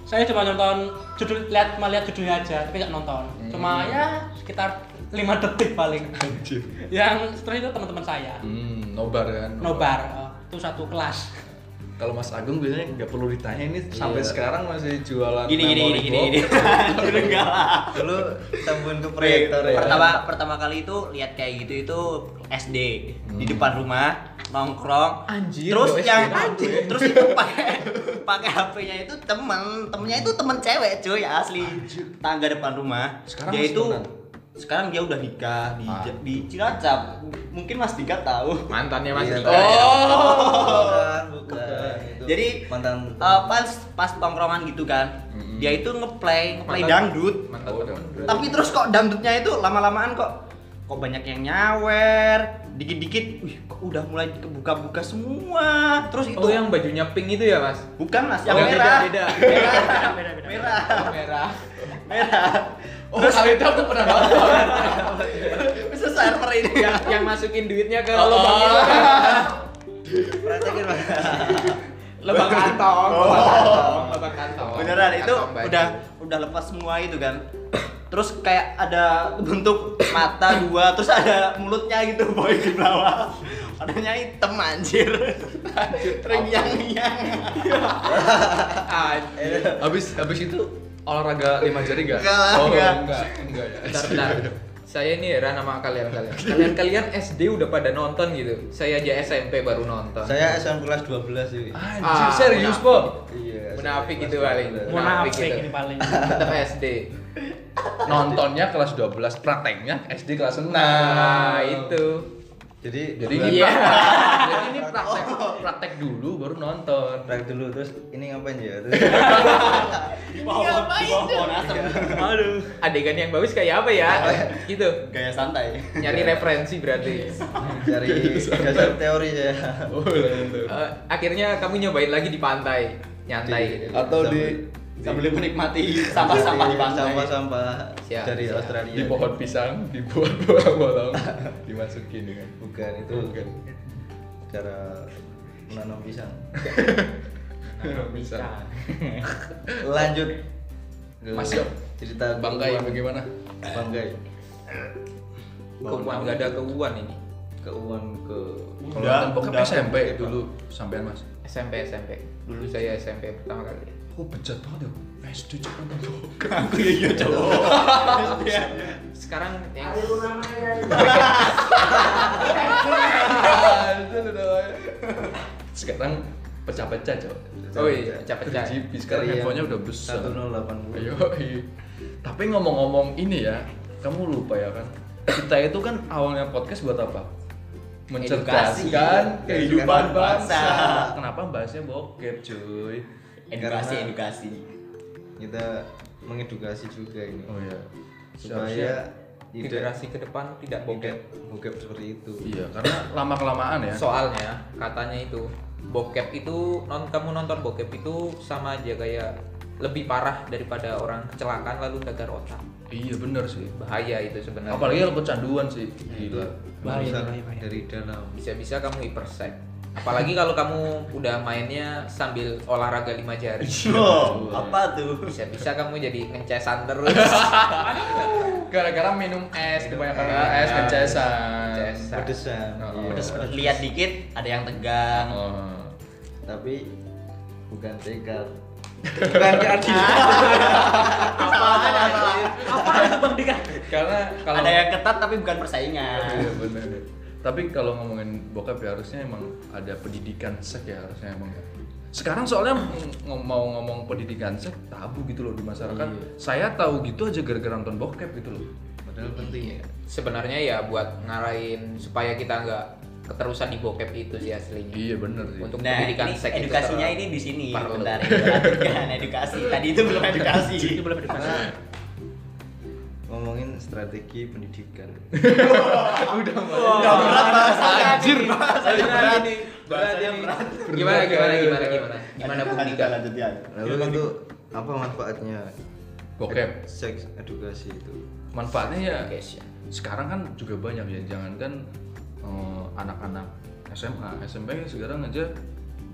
Speaker 5: saya cuma nonton judul lihat cuma lihat judulnya aja tapi nggak nonton. Cuma ya sekitar 5 detik paling.
Speaker 1: Anjir.
Speaker 5: yang setelah itu teman-teman saya
Speaker 1: Hmm, nobar kan.
Speaker 5: nobar eh, itu satu kelas
Speaker 1: Kalau Mas Agung biasanya nggak perlu ditanya ini sampai
Speaker 2: Iya.
Speaker 1: sekarang masih jualan
Speaker 4: Gini gini
Speaker 1: memori
Speaker 4: gini gini gini.
Speaker 1: box.
Speaker 4: Dulu enggak lah.
Speaker 2: dulu sambun ke proyektor ya
Speaker 4: pertama pertama kali itu lihat kayak gitu itu SD di depan rumah nongkrong
Speaker 3: Anjir,
Speaker 4: terus
Speaker 3: lo SD
Speaker 4: yang
Speaker 3: banget
Speaker 4: terus itu pakai pakai HP-nya itu temen temennya itu temen cewek cuy asli tangga depan rumah
Speaker 1: Sekarang
Speaker 4: dia
Speaker 1: masih
Speaker 4: itu
Speaker 1: temenan?
Speaker 4: sekarang dia udah nikah di
Speaker 1: Ah.
Speaker 4: di Cilacap mungkin Mas Dika tahu
Speaker 3: Mantannya Mas
Speaker 2: Iya,
Speaker 3: Dika.
Speaker 2: Oh, bukan, bukan. Itu
Speaker 4: Jadi,
Speaker 2: mantan
Speaker 4: Eh, pas pas tongkrongan gitu kan
Speaker 1: Mm-mm.
Speaker 4: dia itu ngeplay ngeplay
Speaker 3: Mantan-
Speaker 4: dangdut
Speaker 3: Mantan
Speaker 1: Oh,
Speaker 3: teman.
Speaker 1: udah.
Speaker 4: tapi terus kok dangdutnya itu lama-lamaan kok kok banyak yang nyawer dikit-dikit wih kok udah mulai kebuka-buka semua terus itu
Speaker 3: Itu Oh, yang bajunya pink itu ya, Mas?
Speaker 4: bukan mas
Speaker 3: Oh,
Speaker 4: yang
Speaker 3: beda,
Speaker 4: merah
Speaker 3: beda. Oh,
Speaker 4: merah
Speaker 5: beda-beda
Speaker 4: merah
Speaker 3: Merah.
Speaker 4: merah
Speaker 3: Oh, kalau itu aku pernah nonton.
Speaker 4: bisa server ini
Speaker 3: yang, yang masukin duitnya ke
Speaker 1: Oh,
Speaker 3: lubang
Speaker 1: oh.
Speaker 3: itu.
Speaker 4: praktekin Mas.
Speaker 3: Lubang kantong, lubang kantong, lubang kantong.
Speaker 4: beneran itu
Speaker 3: Kantong baju.
Speaker 4: udah udah lepas semua itu kan terus kayak ada bentuk mata dua terus ada mulutnya gitu boy di bawah adanya hitam anjir terngiang-ngiang
Speaker 3: Anjir.
Speaker 1: Habis habis itu olahraga lima jari enggak?
Speaker 4: Enggak lah,
Speaker 1: oh,
Speaker 4: enggak.
Speaker 1: enggak. Enggak, ya.
Speaker 3: Bentar, bentar. Saya ini heran sama kalian-kalian. Kalian-kalian SD udah pada nonton gitu. Saya aja SMP baru nonton.
Speaker 2: Saya SMP kelas 12 sih.
Speaker 1: Anjir,
Speaker 3: Ah,
Speaker 1: serius,
Speaker 3: kenapa?
Speaker 1: Po.
Speaker 2: Iya.
Speaker 3: Munafik
Speaker 2: SMP
Speaker 3: itu
Speaker 2: kelas
Speaker 3: paling.
Speaker 2: 12.
Speaker 5: Munafik
Speaker 3: Munafik
Speaker 5: ini
Speaker 3: gitu.
Speaker 5: paling.
Speaker 3: Tetap SD.
Speaker 1: Nontonnya kelas 12, prakteknya SD kelas 6.
Speaker 3: Nah, itu.
Speaker 2: Jadi
Speaker 1: Jadi
Speaker 2: bulan-
Speaker 1: ini
Speaker 3: Iya.
Speaker 1: Jadi ini praktek praktek dulu baru nonton.
Speaker 2: Break dulu terus ini ngapain ya? Terus
Speaker 4: di bawah
Speaker 5: Oh,
Speaker 4: di bawah pohon asem
Speaker 5: Iya.
Speaker 4: aduh
Speaker 3: Adegan yang bagus kayak apa ya? Gitu.
Speaker 4: gaya santai
Speaker 3: Nyari referensi
Speaker 5: Iya.
Speaker 3: berarti.
Speaker 2: cari dasar teori ya. saya.
Speaker 1: Oh, nonton.
Speaker 3: Eh, akhirnya kamu nyobain lagi di pantai,
Speaker 2: Di-
Speaker 3: nyantai.
Speaker 1: Atau di
Speaker 4: sambil menikmati sampah-sampah di pantai
Speaker 2: Sampah-sampah
Speaker 3: Siap,
Speaker 2: dari
Speaker 3: siap.
Speaker 2: Australia.
Speaker 1: di pohon pisang dibuat bolong-bolong dimasukin ya kan.
Speaker 2: Bukan itu.
Speaker 1: Bukan.
Speaker 2: Cara menanam pisang.
Speaker 1: Bisa.
Speaker 2: Lanjut ke
Speaker 1: Masuk.
Speaker 2: cerita
Speaker 1: Bangkai
Speaker 2: keuangan.
Speaker 1: bagaimana?
Speaker 2: Bangkai.
Speaker 3: Keuangan nggak ada keuangan ini.
Speaker 2: Keuangan ke
Speaker 1: Kalau
Speaker 4: Udah,
Speaker 1: nonton bokep
Speaker 4: udah.
Speaker 1: SMP dulu sampean Mas.
Speaker 3: SMP SMP. Dulu saya SMP pertama kali.
Speaker 1: Kok bejat banget ya? SD cek nonton bokep.
Speaker 4: aku ya iya cowok
Speaker 3: Sekarang yang
Speaker 1: Sekarang pecah-pecah, Cok.
Speaker 3: oh iya, pecah-pecah.
Speaker 1: 3GP sekarang
Speaker 2: Dari yang
Speaker 1: handphonenya udah besar.
Speaker 2: 1080.
Speaker 1: Ayo, iya. Tapi ngomong-ngomong ini ya, kamu lupa ya kan? Kita itu kan awalnya podcast buat apa? Mencerdaskan
Speaker 4: Edukasi.
Speaker 1: kehidupan
Speaker 4: Edukasi
Speaker 1: bangsa.
Speaker 4: bangsa.
Speaker 1: Kenapa bahasnya bokep, cuy?
Speaker 4: edukasi
Speaker 2: Karena-
Speaker 4: edukasi
Speaker 2: kita mengedukasi juga ini.
Speaker 1: Oh iya.
Speaker 2: Supaya tidak
Speaker 3: generasi ke depan tidak
Speaker 2: bokep
Speaker 3: bokep.
Speaker 2: bokep seperti itu.
Speaker 1: Iya, karena lama-kelamaan ya.
Speaker 3: Soalnya katanya itu bokep itu non kamu nonton bokep itu sama aja kayak lebih parah daripada orang kecelakaan lalu gagal otak.
Speaker 1: Iya, bener sih.
Speaker 3: Bahaya itu
Speaker 4: Nah.
Speaker 3: sebenarnya.
Speaker 1: Apalagi kalau kecanduan sih. Gila.
Speaker 5: Bahaya,
Speaker 2: Merusak
Speaker 5: bahaya, bahaya.
Speaker 2: dari dalam.
Speaker 3: bisa-bisa kamu hipersek. Apalagi kalau kamu udah mainnya sambil olahraga lima jari.
Speaker 4: oh apa tuh
Speaker 3: Bisa-bisa kamu jadi ngencesan terus.
Speaker 1: Gara-gara minum es, kebanyakan
Speaker 4: Eh,
Speaker 1: es
Speaker 4: iya.
Speaker 3: es,
Speaker 1: kecesan.
Speaker 3: Ngencesan.
Speaker 2: Pedesan.
Speaker 1: Oh,
Speaker 2: iya.
Speaker 1: pedes
Speaker 4: lihat dikit ada yang tegang
Speaker 1: Oh.
Speaker 2: Tapi bukan tekad. Bukan keadilan.
Speaker 4: apaan
Speaker 5: Apaan itu Bang Dika?
Speaker 1: Karena kalau
Speaker 4: ada yang ketat tapi bukan persaingan
Speaker 1: Iya benar. Tapi kalau ngomongin bokap ya harusnya emang ada pendidikan seks ya harusnya emang. Sekarang soalnya ng- mau ngomong pendidikan seks tabu gitu loh di masyarakat.
Speaker 4: Iya.
Speaker 1: Saya tahu gitu aja gara-gara nonton bokep gitu loh.
Speaker 2: Padahal penting ya.
Speaker 3: Sebenarnya ya buat ngarahin supaya kita nggak keterusan di bokep itu sih aslinya.
Speaker 1: Iya bener sih.
Speaker 3: Untuk
Speaker 4: nah
Speaker 3: pendidikan
Speaker 4: ini
Speaker 3: seks itu
Speaker 4: edukasinya
Speaker 3: tetap
Speaker 4: ini di sini
Speaker 3: perlu.
Speaker 4: bentar lanjutkan edukasi tadi itu belum edukasi
Speaker 5: Itu belum edukasi.
Speaker 2: Ngomongin strategi pendidikan.
Speaker 4: udah berat bahasanya
Speaker 1: Anjir,
Speaker 4: bahasanya berat
Speaker 3: ini.
Speaker 4: bahasanya
Speaker 3: Berarti-
Speaker 4: berat
Speaker 3: Gimana gimana gimana gimana? Gimana Bung
Speaker 4: lanjut
Speaker 3: Dika?
Speaker 4: lanjut ya
Speaker 2: Lalu itu apa manfaatnya
Speaker 1: Iya, Bokep.
Speaker 2: seks edukasi itu?
Speaker 1: Manfaatnya ya
Speaker 3: Guys, ya.
Speaker 1: sekarang kan juga banyak ya. Jangankan eh, anak-anak SMA, SMP kan sekarang aja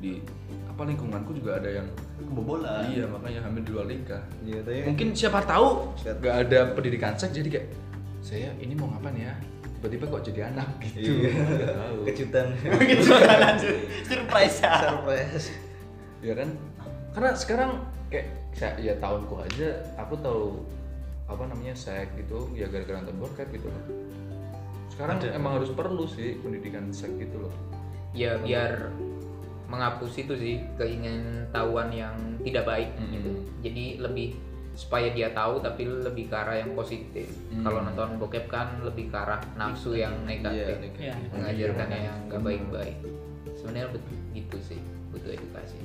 Speaker 1: di apa lingkunganku juga ada yang
Speaker 4: kebobolan
Speaker 1: iya makanya hamil di luar nikah.
Speaker 2: Iya, tapi
Speaker 1: mungkin siapa tahu
Speaker 2: Siap.
Speaker 1: nggak ada pendidikan seks jadi kayak saya ini mau ngapain ya tiba-tiba kok jadi anak gitu
Speaker 2: Iya. kejutan.
Speaker 4: gitu kan, lanjut surprise ya
Speaker 2: Surprise.
Speaker 1: ya kan karena sekarang kayak saya ya tahunku aja aku tahu apa namanya seks gitu ya gara-gara nonton bokep gitu loh sekarang emang harus perlu sih pendidikan seks gitu loh
Speaker 3: Ya biar menghapus itu sih keinginan tahuan yang tidak baik
Speaker 1: Mm-mm.
Speaker 3: gitu. Jadi lebih supaya dia tahu tapi lebih ke arah yang positif.
Speaker 1: Mm.
Speaker 3: Kalau nonton bokep kan lebih ke arah nafsu yang
Speaker 2: Iya,
Speaker 3: negatif.
Speaker 5: Iya.
Speaker 3: mengajarkan yang nggak baik-baik sebenarnya bet- gitu sih butuh edukasi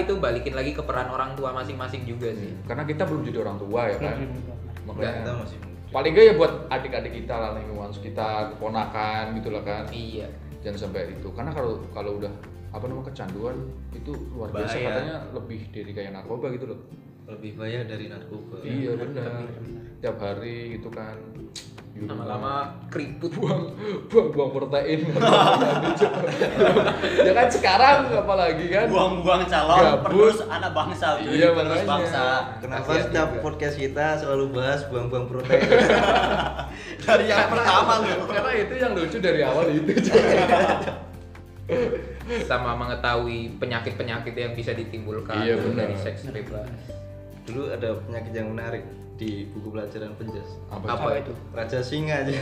Speaker 3: ya itu balikin lagi ke peran orang tua masing-masing juga sih
Speaker 1: karena kita belum jadi orang tua ya kan
Speaker 2: Kita
Speaker 1: makanya
Speaker 2: masih muda.
Speaker 1: paling gak ya buat adik-adik kita lah lingkungan sekitar keponakan gitu lah kan
Speaker 3: iya
Speaker 1: jangan sampai itu karena kalau kalau udah apa namanya kecanduan itu luar biasa
Speaker 2: Bahaya.
Speaker 1: katanya lebih dari kayak narkoba gitu loh
Speaker 2: lebih bahaya dari narkoba
Speaker 1: iya benar tiap hari gitu kan Yaudah,
Speaker 3: lama-lama keriput
Speaker 1: buang buang buang protein ya kan sekarang apalagi kan
Speaker 4: buang-buang calon
Speaker 1: Gabut.
Speaker 4: terus anak bangsa cuy.
Speaker 1: Iya,
Speaker 4: Penerus
Speaker 1: makanya.
Speaker 4: bangsa
Speaker 2: Kenapa
Speaker 1: Kasihan
Speaker 2: setiap
Speaker 1: juga.
Speaker 2: podcast kita selalu bahas buang-buang protein?
Speaker 4: dari yang pertama
Speaker 3: ya.
Speaker 4: loh
Speaker 1: karena itu yang lucu dari awal itu juga.
Speaker 3: sama mengetahui penyakit-penyakit yang bisa ditimbulkan
Speaker 1: Iya, benar.
Speaker 3: dari seks bebas.
Speaker 2: Dulu ada penyakit yang menarik di buku pelajaran penjas.
Speaker 1: apa,
Speaker 3: Apa itu?
Speaker 2: Raja singa aja.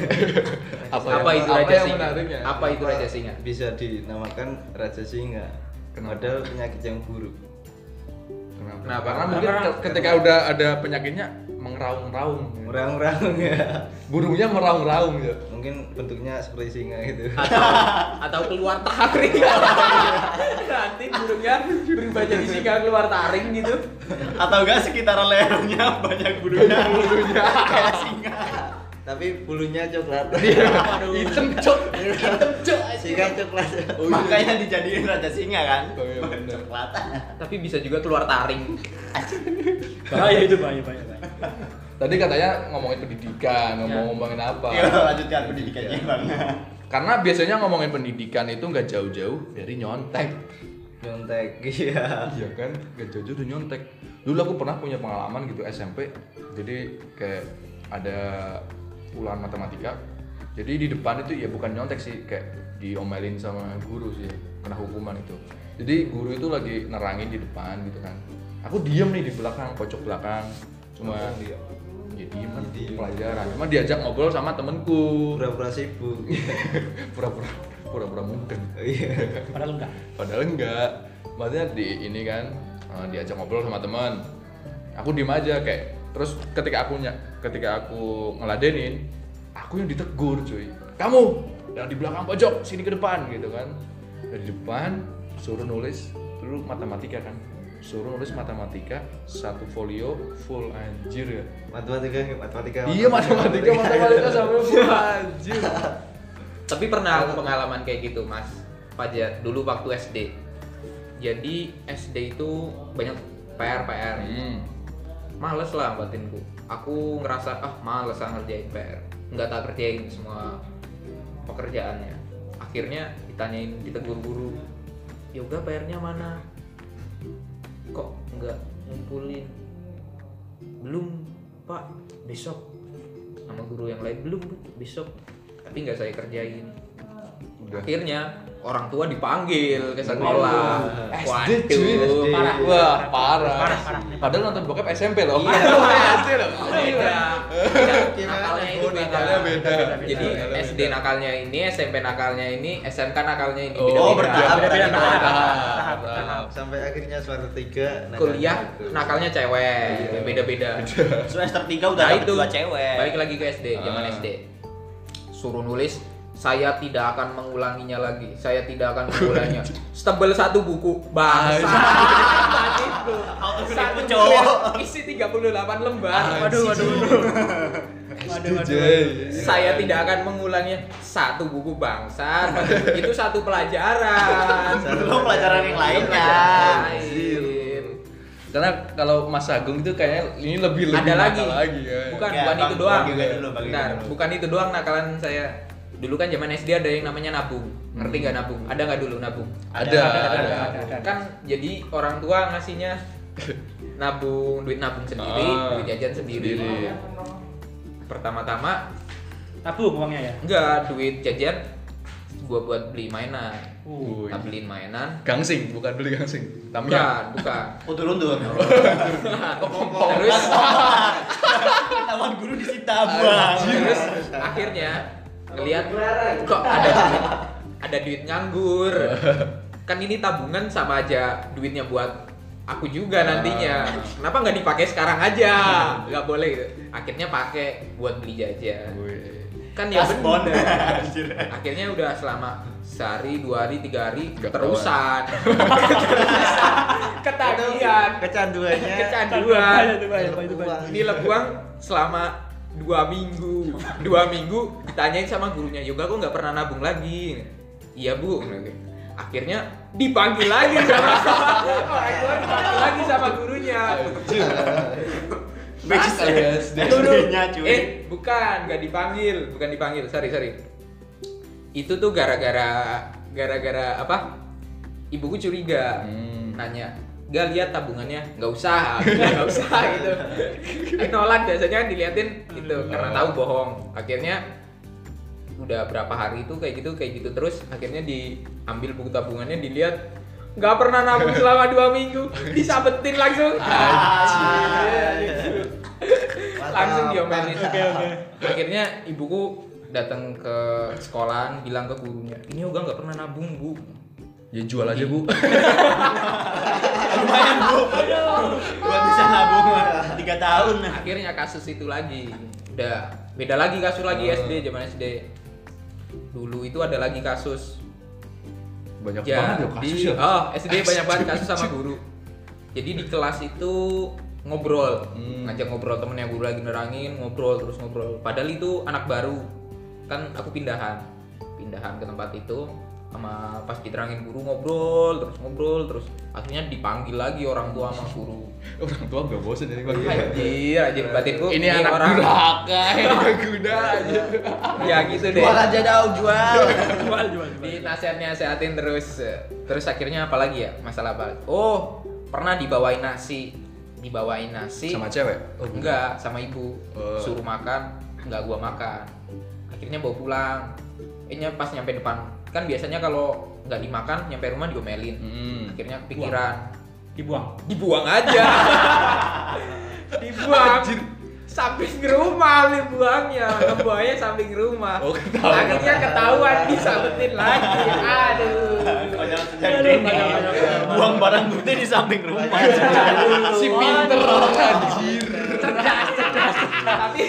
Speaker 1: apa,
Speaker 3: Apa
Speaker 1: yang,
Speaker 3: itu
Speaker 1: apa
Speaker 3: raja
Speaker 1: yang
Speaker 3: singa?
Speaker 1: menariknya
Speaker 3: Apa itu raja singa?
Speaker 2: Bisa dinamakan raja singa.
Speaker 1: Kenapa?
Speaker 2: Padahal penyakit yang buruk.
Speaker 1: Kenapa?
Speaker 3: Kenapa?
Speaker 1: Karena mungkin
Speaker 5: Karena-
Speaker 1: ke- ketika udah ada penyakitnya mengraung-raung.
Speaker 2: Meraung-raung ya.
Speaker 1: Burungnya meraung-raung ya.
Speaker 2: Mungkin bentuknya seperti singa gitu.
Speaker 1: Ah.
Speaker 3: Atau, atau keluar taring nanti burungnya berubah jadi singa keluar taring gitu
Speaker 4: atau enggak sekitaran lehernya banyak bulunya bulunya kayak singa
Speaker 2: Tapi bulunya coklat.
Speaker 1: Hitam cok. Hitam cok.
Speaker 2: singa coklat.
Speaker 4: makanya dijadiin raja singa kan
Speaker 1: iya. Oh, iya, bener.
Speaker 4: Coklatan.
Speaker 3: tapi bisa juga keluar taring
Speaker 5: bahaya itu bahaya bahaya, bahaya.
Speaker 1: Tadi katanya ngomongin pendidikan, ngomong ngomongin apa?
Speaker 4: Iya, lanjutkan pendidikannya bang
Speaker 1: Karena biasanya ngomongin pendidikan itu nggak jauh-jauh dari nyontek.
Speaker 2: Nyontek iya.
Speaker 1: Iya kan? Nggak jauh-jauh dari nyontek. Dulu aku pernah punya pengalaman gitu SMP. Jadi kayak ada ulangan matematika. Jadi di depan itu ya bukan nyontek sih, kayak diomelin sama guru sih, kena hukuman itu. Jadi guru itu lagi nerangin di depan gitu kan. Aku diem nih di belakang, pojok belakang. Cuma dia ya diem kan pelajaran. Cuma diajak ngobrol sama temenku.
Speaker 2: Pura-pura sibuk.
Speaker 1: Pura-pura pura-pura mudeng
Speaker 2: Iya.
Speaker 5: padahal enggak
Speaker 1: padahal enggak maksudnya di ini kan eh, diajak ngobrol sama teman aku diem aja kayak terus ketika aku nya- ketika aku ngeladenin aku yang ditegur cuy kamu yang di belakang pojok sini ke depan gitu kan dari depan suruh nulis dulu matematika kan suruh nulis matematika satu folio full anjir ya
Speaker 2: Matematika, matematika.
Speaker 1: iya matematika matematika sampai full anjir
Speaker 3: tapi pernah aku pengalaman kayak gitu mas Fajar dulu waktu SD jadi SD itu banyak PR PR
Speaker 1: hmm.
Speaker 3: males lah batinku aku ngerasa ah males lah ngerjain PR nggak tak kerjain semua pekerjaannya akhirnya ditanyain "Ya ditegur guru yoga PR-nya mana kok nggak ngumpulin belum pak besok sama guru yang lain belum Bu, besok tapi nggak saya kerjain
Speaker 1: udah
Speaker 3: akhirnya orang tua dipanggil ke sekolah
Speaker 1: SD cuy
Speaker 3: Waduh.
Speaker 1: parah wah parah Iya.
Speaker 5: Parah, parah.
Speaker 1: padahal nonton bokep SMP loh
Speaker 3: Iya.
Speaker 1: SD loh
Speaker 3: beda. Nakalnya itu
Speaker 1: Oh,
Speaker 3: beda.
Speaker 1: nakalnya beda.
Speaker 3: Jadi
Speaker 1: Nakalnya
Speaker 3: SD nakalnya ini, SMP nakalnya ini, SMK nakalnya ini.
Speaker 1: Oh,
Speaker 3: Beda-beda.
Speaker 1: bertahap,
Speaker 5: Beda-beda,
Speaker 1: bertahap,
Speaker 5: bertahap,
Speaker 1: bertahap.
Speaker 2: Sampai akhirnya suara tiga. nah, gitu. nakalnya
Speaker 3: Kuliah
Speaker 2: aku.
Speaker 3: nakalnya cewek,
Speaker 1: Iya.
Speaker 3: beda-beda.
Speaker 4: semester 3 udah
Speaker 3: Nah
Speaker 4: dapet
Speaker 3: itu
Speaker 4: dua cewek
Speaker 3: Balik lagi ke SD, zaman
Speaker 1: Ah.
Speaker 3: SD. Suruh nulis saya tidak akan mengulanginya lagi. Saya tidak akan mengulanginya. Setebel satu buku. Bangsa.
Speaker 4: Autogrifku cowok. Ah,
Speaker 3: isi 38 lembar.
Speaker 5: waduh waduh waduh waduh waduh
Speaker 3: saya tidak akan mengulangnya satu buku bangsa itu satu pelajaran
Speaker 4: belum pelajaran yang
Speaker 3: Belum
Speaker 4: kan? lainnya
Speaker 3: pelajaran lain.
Speaker 1: karena kalau Mas Agung itu kayaknya ini lebih lebih
Speaker 3: ada lagi,
Speaker 1: nakal lagi ya.
Speaker 3: bukan
Speaker 4: Enggak,
Speaker 3: bukan
Speaker 4: bang,
Speaker 3: itu doang
Speaker 4: bagi dulu, bagi
Speaker 3: Bentar,
Speaker 4: dulu.
Speaker 3: bukan itu doang nakalan saya dulu kan zaman SD ada yang namanya nabung ngerti nggak nabung ada nggak dulu nabung
Speaker 1: Hmm. ada
Speaker 4: Ada,
Speaker 1: ada,
Speaker 5: ada, ada.
Speaker 3: kan jadi orang tua ngasihnya nabung duit nabung sendiri
Speaker 1: Ah,
Speaker 3: duit jajan sendiri,
Speaker 1: sendiri.
Speaker 3: pertama-tama
Speaker 5: tabung uangnya ya
Speaker 3: enggak duit jajan gua buat beli mainan
Speaker 5: uh.
Speaker 1: Wih.
Speaker 3: Kita beliin mainan.
Speaker 1: Gangsing bukan beli gangsing. ya. Tamiya.
Speaker 3: Bukan, bukan.
Speaker 4: undur-undur
Speaker 3: terus,
Speaker 4: ketahuan guru disita bang
Speaker 3: terus akhirnya ngelihat kok ada duit, ada duit nganggur. Kan ini tabungan sama aja duitnya buat aku juga nantinya. Kenapa nggak dipakai sekarang aja? Nggak boleh. gitu. Akhirnya pakai buat beli jajan.
Speaker 1: Wih.
Speaker 3: Kan ya
Speaker 4: Kas bon
Speaker 3: bener.
Speaker 4: Anjir.
Speaker 3: Akhirnya udah selama sehari, dua hari, tiga hari
Speaker 1: Nggak
Speaker 3: terusan. Terusan. Ketagihan.
Speaker 4: Iya,
Speaker 2: Kecanduannya.
Speaker 3: kecanduan
Speaker 5: Iya, itu bahaya bahaya, itu bahaya
Speaker 3: ini lebuang selama dua minggu dua minggu ditanyain sama gurunya yoga kok nggak pernah nabung lagi iya bu akhirnya dipanggil lagi sama orang tua dipanggil lagi sama gurunya
Speaker 1: ya, SD.
Speaker 4: SD-nya cuy.
Speaker 3: eh bukan nggak dipanggil bukan dipanggil sorry sorry itu tuh gara-gara gara-gara apa ibuku curiga
Speaker 1: Hmm.
Speaker 3: nanya gak lihat tabungannya nggak usah bilang nggak usah gitu nolak biasanya kan diliatin gitu karena tahu bohong akhirnya udah berapa hari itu kayak gitu kayak gitu terus akhirnya diambil buku tabungannya dilihat nggak pernah nabung selama dua minggu disabetin langsung
Speaker 4: Anjir.
Speaker 3: langsung diomelin akhirnya ibuku datang ke sekolahan bilang ke gurunya ini Yoga nggak pernah nabung bu
Speaker 1: Ya jual aja bu.
Speaker 4: Lumayan bu. Buat bisa nabung tiga tahun.
Speaker 3: akhirnya kasus itu lagi udah beda lagi kasus lagi SD zaman SD dulu itu ada lagi kasus
Speaker 1: Banyak banget
Speaker 3: Jadi,
Speaker 1: ya kasus ya.
Speaker 3: oh SD banyak banget kasus sama guru. Jadi di kelas itu ngobrol,
Speaker 1: Hmm.
Speaker 3: ngajak ngobrol temennya guru lagi nerangin, ngobrol terus ngobrol. Padahal itu anak baru, kan aku pindahan, pindahan ke tempat itu sama pas diterangin guru ngobrol terus ngobrol terus akhirnya dipanggil lagi orang tua sama guru. Iya,
Speaker 1: Orang tua gak bosan jadi bagi.
Speaker 3: Anjir, anjir batinku.
Speaker 1: Ini anak durhaka, ini anak kuda aja.
Speaker 3: Ya gitu deh.
Speaker 4: Jual aja dah, jual.
Speaker 5: jual jual jual.
Speaker 3: di nasihatnya sehatin terus terus akhirnya apa lagi ya masalah apa oh pernah dibawain nasi dibawain nasi
Speaker 1: Sama cewek.
Speaker 3: Oh, enggak sama ibu
Speaker 1: Oh.
Speaker 3: suruh makan enggak gua makan akhirnya bawa pulang akhirnya pas nyampe depan kan biasanya kalau nggak dimakan nyampe rumah diomelin
Speaker 1: Hmm.
Speaker 3: akhirnya kepikiran
Speaker 5: Dibuang.
Speaker 3: dibuang aja dibuang samping rumah dibuangnya ngebuangnya samping rumah
Speaker 1: Oh, ketahuan.
Speaker 3: akhirnya ketahuan disabetin lagi aduh
Speaker 4: Konyol sejak
Speaker 5: Aduh,
Speaker 4: dini.
Speaker 5: konyol, konyol, konyol.
Speaker 4: Buang barang bukti di samping rumah.
Speaker 1: Si pinter anjir.
Speaker 3: cerdas cerdas tapi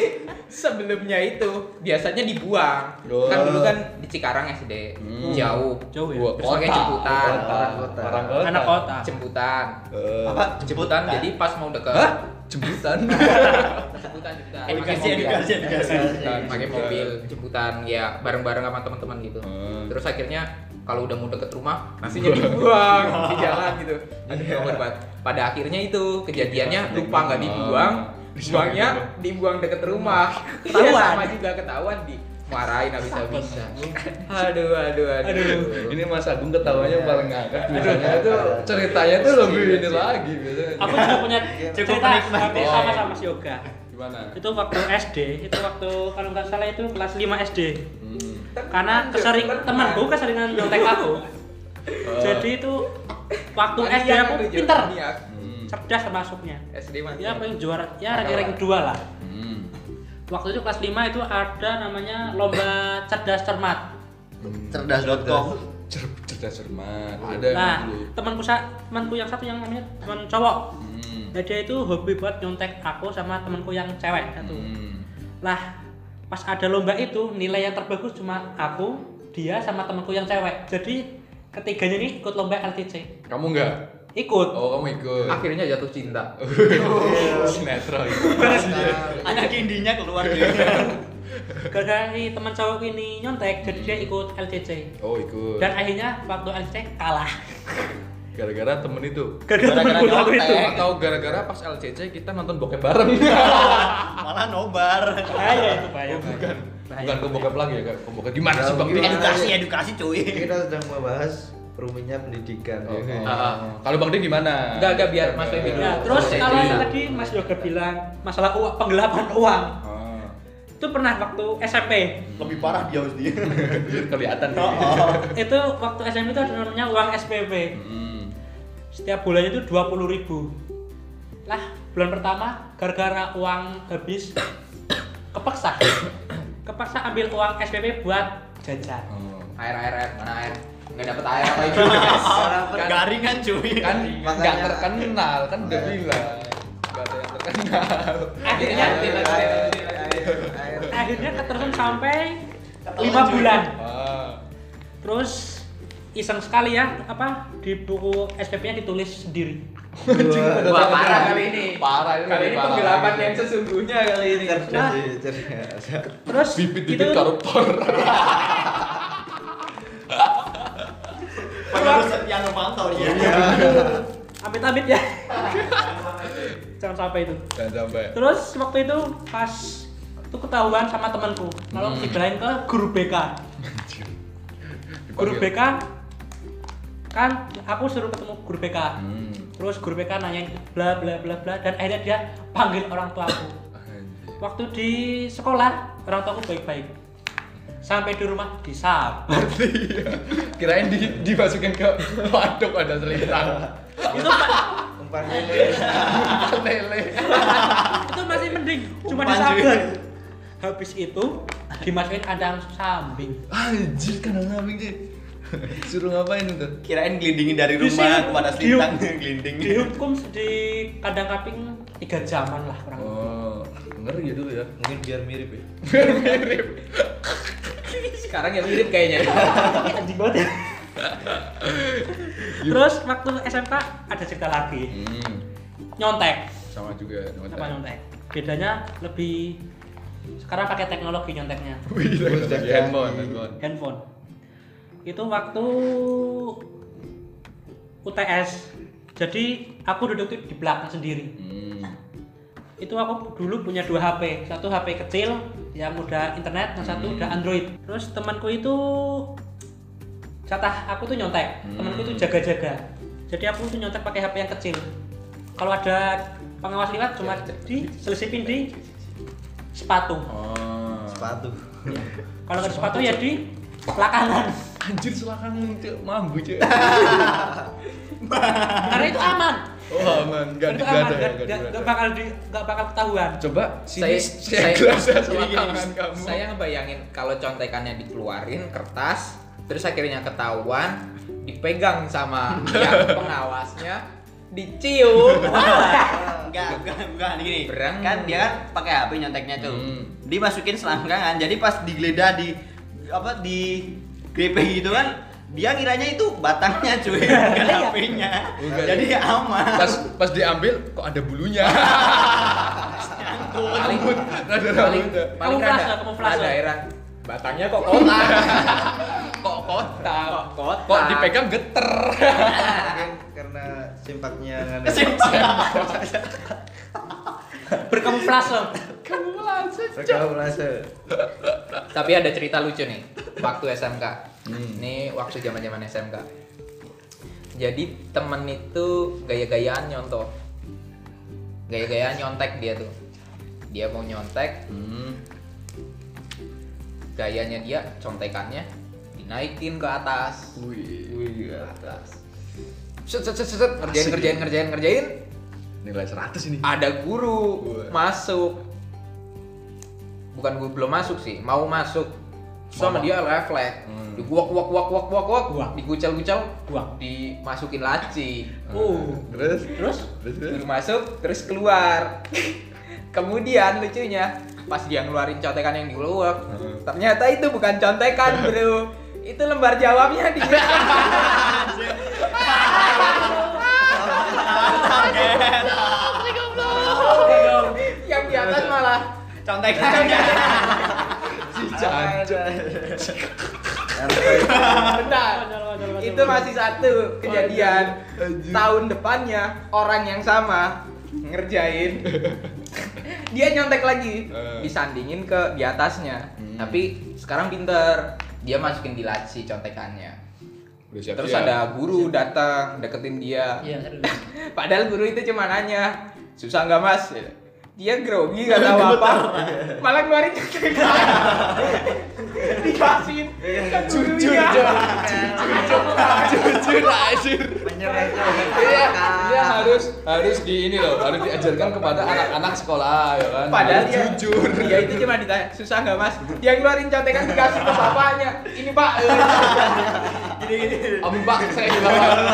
Speaker 3: sebelumnya itu biasanya dibuang
Speaker 1: Oh.
Speaker 3: kan dulu kan di Cikarang SD
Speaker 1: Hmm.
Speaker 3: jauh
Speaker 5: Jauh ya.
Speaker 1: Gua
Speaker 3: Terus pakai jemputan.
Speaker 1: Orang kota. Orang kota.
Speaker 5: Anak kota.
Speaker 3: jemputan
Speaker 1: Eh,
Speaker 4: Apa?
Speaker 3: jemputan jadi pas mau deket
Speaker 1: Hah? Jemputan.
Speaker 3: jemputan jemputan
Speaker 4: Edukasi,
Speaker 3: Pakai mobil.
Speaker 4: edukasi, edukasi.
Speaker 3: Jemputan, pakai mobil jemputan ya bareng-bareng sama teman-teman gitu
Speaker 1: Hmm.
Speaker 3: terus akhirnya kalau udah mau deket rumah nasinya dibuang di jalan gitu aduh nomor banget pada akhirnya itu kejadiannya lupa nggak dibuang buangnya dibuang deket rumah ketahuan sama juga ketahuan di marahin habis habisan aduh aduh aduh,
Speaker 1: Ini Mas Agung ketawanya paling ngakak biasanya
Speaker 3: Aduh.
Speaker 1: tuh ceritanya tuh lebih ini lagi biasanya.
Speaker 5: Aku juga punya
Speaker 4: Cukup
Speaker 5: cerita
Speaker 4: menikmati.
Speaker 5: sama sama Mas Yoga.
Speaker 3: Oh,
Speaker 1: Gimana?
Speaker 3: iya.
Speaker 5: Itu waktu SD, itu waktu kalau nggak salah itu kelas 5 SD.
Speaker 1: Hmm.
Speaker 5: Karena kesering kan temanku keseringan nyontek aku.
Speaker 3: Hmm.
Speaker 5: Jadi itu waktu
Speaker 3: Maniak
Speaker 5: SD aku
Speaker 3: itu, Jo.
Speaker 5: pinter,
Speaker 3: Maniak.
Speaker 1: Hmm.
Speaker 5: cerdas termasuknya.
Speaker 3: SD mati
Speaker 5: Ya paling juara, ya
Speaker 3: Kakak
Speaker 5: ranking-ranking
Speaker 3: lah.
Speaker 5: 2 lah.
Speaker 1: Hmm.
Speaker 5: Waktu itu kelas 5 itu ada namanya lomba cerdas cermat.
Speaker 4: Cerdas.com.
Speaker 1: Hmm. Cer- cerdas cermat. Ada yang
Speaker 5: Nah,
Speaker 1: dulu.
Speaker 5: temanku sa- temanku yang satu yang namanya teman cowok.
Speaker 1: Hmm.
Speaker 5: Nah, dia itu hobi buat nyontek aku sama temanku yang cewek satu.
Speaker 1: Hmm.
Speaker 5: Lah, pas ada lomba itu nilai yang terbagus cuma aku, dia sama temanku yang cewek. Jadi ketiganya ini ikut lomba LTC.
Speaker 1: Kamu enggak?
Speaker 5: Ikut.
Speaker 1: Oh, kamu ikut.
Speaker 3: akhirnya jatuh cinta
Speaker 1: Sinetron.
Speaker 4: Anak indinya keluar
Speaker 5: Gara-gara ini teman cowokku ini nyontek, jadi dia ikut LTC.
Speaker 1: Oh, ikut.
Speaker 5: Dan akhirnya waktu LTC kalah.
Speaker 1: Gara-gara temen itu.
Speaker 5: Gara-gara temanku aku
Speaker 3: Eh.
Speaker 5: itu.
Speaker 1: Atau gara-gara pas LCC kita nonton bokep bareng.
Speaker 3: Iya.
Speaker 4: Malah nobar.
Speaker 5: Bahaya itu, bahaya.
Speaker 1: Oh, Bukan.
Speaker 5: Bahaya.
Speaker 1: Bukan ke bokep lagi ya, Kak? ke bokep. Gimana sih, Bang?
Speaker 2: Gimana?
Speaker 4: Edukasi, edukasi cuy.
Speaker 2: kita sedang membahas rumitnya pendidikan ya
Speaker 1: Oke.
Speaker 2: kan?
Speaker 3: Ah, ah.
Speaker 1: oh. Kalau Bang Dik gimana?
Speaker 3: Enggak, enggak, biar Mas Feby dulu.
Speaker 5: Nah, terus
Speaker 3: Selesai
Speaker 5: kalau yang
Speaker 3: cerita.
Speaker 5: tadi Mas Yoga bilang masalah uang, penggelapan uang,
Speaker 1: Ah.
Speaker 5: itu pernah waktu SMP.
Speaker 4: Lebih parah dia harus dia.
Speaker 1: Kelihatan. gitu.
Speaker 4: Oh,
Speaker 1: sih.
Speaker 4: oh.
Speaker 5: Itu waktu SMP itu ada namanya uang SPP.
Speaker 1: Hmm.
Speaker 5: Setiap bulannya itu 20.000 Lah, bulan pertama gara-gara uang habis kepaksa. kepaksa ambil uang SPP buat jajan.
Speaker 1: Oh.
Speaker 3: air air air mana air nggak dapet air apa itu
Speaker 2: Orang per-
Speaker 4: Garingan cuy.
Speaker 1: kan
Speaker 2: Makanya-
Speaker 1: nggak terkenal kan udah bilang nggak ada yang terkenal
Speaker 5: Akhirnya
Speaker 2: Air, air, air, air.
Speaker 5: akhirnya keterusan sampai
Speaker 4: Ketelan,
Speaker 5: lima
Speaker 4: cuy.
Speaker 5: bulan.
Speaker 1: ah.
Speaker 5: Terus iseng sekali ya apa di buku SPP-nya ditulis sendiri.
Speaker 2: Nah,
Speaker 3: wah parah kali ini
Speaker 1: Parah, ini
Speaker 3: kali
Speaker 1: lebih
Speaker 3: ini
Speaker 1: parah
Speaker 3: penggelapan
Speaker 1: lagi.
Speaker 3: yang sesungguhnya kan. kali ini
Speaker 2: Cerdas,
Speaker 1: Nah.
Speaker 2: cerdas.
Speaker 5: Terus
Speaker 1: bibit
Speaker 5: itu
Speaker 1: bibit koruptor
Speaker 5: Pakai
Speaker 4: yang memantau dia.
Speaker 5: Amit-amit ya. Jangan sampai itu.
Speaker 1: Jangan sampai.
Speaker 5: Terus waktu itu pas itu ketahuan sama temanku, malah dibelain ke guru BK. Guru
Speaker 1: Dipanggil.
Speaker 5: BK kan aku suruh ketemu guru BK.
Speaker 1: Hmm.
Speaker 5: Terus guru BK nanyain bla bla bla bla dan akhirnya dia panggil orang tuaku.
Speaker 1: Anjir.
Speaker 5: Waktu di sekolah orang tuaku baik-baik. Sampai di rumah disabar.
Speaker 1: Kirain di, dimasukin ke waduk ada selintang.
Speaker 5: itu ma-
Speaker 2: umpan lele
Speaker 1: Lele.
Speaker 5: itu masih mending, cuma
Speaker 4: Umpan
Speaker 5: disabar.
Speaker 4: juga.
Speaker 5: Habis itu dimasukin kandang kambing.
Speaker 1: Anjir kandang kambing sih. Suruh ngapain itu?
Speaker 4: Kirain gelindingin dari rumah
Speaker 5: Disium-
Speaker 4: kepada
Speaker 5: dihukum-
Speaker 4: selintang gelinding.
Speaker 5: dihukum di kandang kaping tiga jaman lah kurang lebih.
Speaker 1: Oh, ngeri ya dulu ya.
Speaker 2: mungkin biar mirip ya
Speaker 1: Biar mirip.
Speaker 3: Sekarang ya mirip kayaknya.
Speaker 5: anjing banget ya. terus waktu SMK ada cerita lagi
Speaker 1: Hmm.
Speaker 5: nyontek
Speaker 1: Sama juga sama
Speaker 5: apa nyontek bedanya lebih sekarang pakai teknologi nyonteknya
Speaker 1: Wih, teknologi handphone, handphone.
Speaker 5: handphone itu waktu UTS jadi aku duduk di belakang sendiri
Speaker 1: Hmm.
Speaker 5: itu aku dulu punya dua HP satu HP kecil yang udah internet yang satu udah Android terus temanku itu jatah aku tuh nyontek temanku itu jaga-jaga jadi aku tuh nyontek pakai HP yang kecil kalau ada pengawas lewat cuma diselesipin di sepatu
Speaker 1: Oh.
Speaker 2: sepatu
Speaker 5: kalau nggak di sepatu ya di lakangan
Speaker 1: Anjir selangkangan cek mambu cek.
Speaker 5: karena itu aman
Speaker 1: Oh aman, enggak
Speaker 5: Karena itu
Speaker 1: digada ya,
Speaker 5: aman nggak-
Speaker 1: enggak
Speaker 5: nggak nggak
Speaker 1: digada.
Speaker 5: bakal di nggak bakal ketahuan
Speaker 1: Coba sini
Speaker 3: Saya-
Speaker 1: saya
Speaker 3: saya-
Speaker 1: gelasnya
Speaker 3: Gini, gini.
Speaker 1: selangkangan kamu.
Speaker 3: Saya ngebayangin kalau contekannya dikeluarin kertas, terus akhirnya ketahuan, dipegang sama yang pengawasnya, dicium.
Speaker 4: Enggak, bukan, bukan gini.
Speaker 3: Berang.
Speaker 4: Kan dia kan pakai HP nyonteknya tuh.
Speaker 1: Hmm.
Speaker 4: Dimasukin selangkangan. Jadi pas digeledah di apa di grepe gitu kan dia ngiranya itu batangnya cuy, bukan HP-nya.
Speaker 1: Bukan.
Speaker 4: Jadi aman.
Speaker 1: Iya. Pas pas diambil kok ada bulunya.
Speaker 3: paling
Speaker 1: Rada
Speaker 3: paling
Speaker 1: rambut.
Speaker 3: paling
Speaker 5: Kamuflase,
Speaker 3: rada
Speaker 5: kamuflase.
Speaker 3: rada era batangnya kok kotak kok kotak
Speaker 4: kotak.
Speaker 3: Ah.
Speaker 1: Kok dipegang geter.
Speaker 2: mungkin karena simpaknya kan
Speaker 5: berkamuflase
Speaker 2: berkamuflase
Speaker 3: tapi ada cerita lucu nih waktu SMK ini waktu zaman zaman SMK jadi temen itu gaya-gayaan nyontoh gaya-gayaan nyontek dia tuh dia mau nyontek
Speaker 1: Hmm.
Speaker 3: gayanya dia contekannya dinaikin ke atas
Speaker 1: Wih.
Speaker 2: wih atas
Speaker 3: set set set set, set, ngerjain
Speaker 1: Asik.
Speaker 3: ngerjain ngerjain ngerjain
Speaker 1: Nilai 100 ini.
Speaker 3: ada guru
Speaker 1: Wah.
Speaker 3: masuk bukan guru belum masuk sih mau masuk sama dia refleks
Speaker 1: Hmm.
Speaker 3: diguak guak guak guak guak guak
Speaker 5: Guak.
Speaker 3: dikucel kucel
Speaker 5: Guak.
Speaker 3: dimasukin laci Oh.
Speaker 5: Uh.
Speaker 1: Terus
Speaker 5: terus
Speaker 1: terus terus.
Speaker 3: guru masuk terus keluar kemudian lucunya pas dia ngeluarin contekan yang dikeluar
Speaker 1: Hmm.
Speaker 3: ternyata itu bukan contekan bro itu lembar jawabnya di yang di atas malah
Speaker 4: Contekan.
Speaker 1: Si Jancuk.
Speaker 3: benar itu masih satu kejadian
Speaker 1: Anjir.
Speaker 3: tahun depannya orang yang sama ngerjain dia nyontek lagi
Speaker 1: Eh.
Speaker 3: disandingin ke di atasnya
Speaker 1: Hmm.
Speaker 3: tapi sekarang pinter dia masukin di laci contekannya
Speaker 1: Udah siap
Speaker 3: terus ada
Speaker 1: Iya.
Speaker 3: guru datang deketin dia
Speaker 5: Iya.
Speaker 3: padahal guru itu cuma nanya susah nggak mas Ya. dia grogi gak tahu apa malah ngeluarin contekan dikasihin ke
Speaker 1: jujur
Speaker 3: gurunya.
Speaker 1: Cok. jujur jujur anjir
Speaker 2: menyerah
Speaker 1: iya iya harus harus di ini loh harus diajarkan kepada anak-anak sekolah ya kan
Speaker 3: Padahal
Speaker 1: Harus
Speaker 3: dia
Speaker 1: jujur
Speaker 3: Dia itu cuma ditanya, susah nggak mas? Dia ngeluarin contekan dikasih ke bapaknya. Ini pak. eh."
Speaker 1: Om Pak, saya Gitu. hilang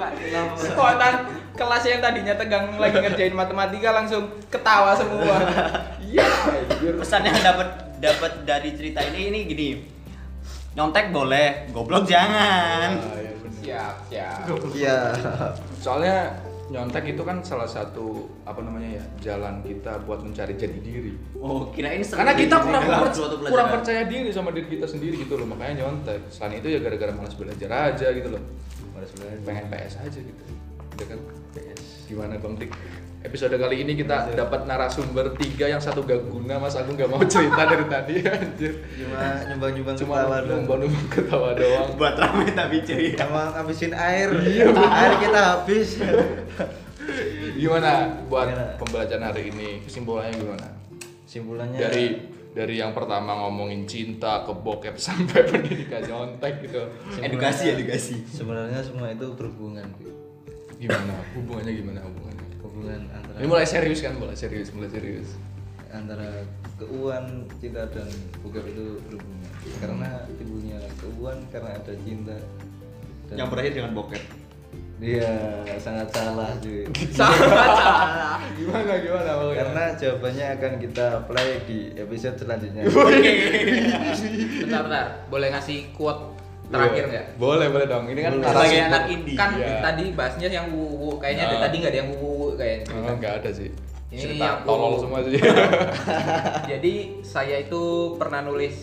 Speaker 1: Pak, hilang.
Speaker 3: Spontan kelas yang tadinya tegang lagi ngerjain matematika langsung ketawa semua.
Speaker 1: Iya, anjir.
Speaker 4: Pesan yang dapat dapat dari cerita ini ini gini. Nyontek boleh, goblok jangan.
Speaker 1: Ah, iya bener.
Speaker 3: Siap, siap.
Speaker 2: iya
Speaker 1: Soalnya nyontek itu kan salah satu apa namanya ya jalan kita buat mencari jati diri.
Speaker 4: Oh, kirain seru
Speaker 1: Karena kita
Speaker 4: ini
Speaker 1: kurang
Speaker 4: dalam
Speaker 1: perc-
Speaker 4: suatu pelajaran.
Speaker 1: kurang ya percaya diri sama diri kita sendiri gitu loh, makanya nyontek. Selain itu ya gara-gara malas belajar aja gitu loh.
Speaker 2: harus belajar
Speaker 1: pengen PS aja gitu ya kan gimana Bang Tik episode kali ini kita dapat narasumber tiga yang satu gak guna Mas Agung gak mau cerita dari tadi anjir
Speaker 2: cuma nyumbang nyumbang
Speaker 1: cuma numpang-numpang ketawa doang
Speaker 4: buat rame tapi ceria
Speaker 2: sama habisin air air kita habis
Speaker 1: gimana buat
Speaker 2: Gimana?
Speaker 1: pembelajaran hari ini kesimpulannya gimana
Speaker 2: simpulannya
Speaker 1: dari dari yang pertama ngomongin cinta ke bokep sampai pendidikan nyontek gitu
Speaker 2: sebenarnya-
Speaker 4: edukasi edukasi
Speaker 2: sebenarnya semua itu berhubungan Pi.
Speaker 1: gimana hubungannya gimana hubungannya
Speaker 2: hubungan antara
Speaker 1: ini mulai serius kan mulai serius mulai serius
Speaker 2: antara keuangan cinta dan bokep itu berhubungan karena timbulnya keuangan karena ada cinta dan-
Speaker 4: yang berakhir dengan bokep
Speaker 2: iya sangat salah cuy
Speaker 1: gimana gimana Bang?
Speaker 2: karena jawabannya akan kita play di episode selanjutnya
Speaker 3: bentar bentar boleh ngasih quote terakhir nggak
Speaker 1: boleh boleh dong ini kan
Speaker 2: Boleh.
Speaker 1: narasumber.
Speaker 4: Sebagai anak indie.
Speaker 3: kan
Speaker 1: Iya.
Speaker 3: tadi bahasnya yang wuwu kayaknya dari
Speaker 1: Nah.
Speaker 3: tadi nggak ada yang wuwu kayaknya
Speaker 1: Oh, nggak ada sih
Speaker 3: Ini yang
Speaker 1: cerita tolol
Speaker 3: ku-
Speaker 1: semua sih
Speaker 3: jadi saya itu pernah nulis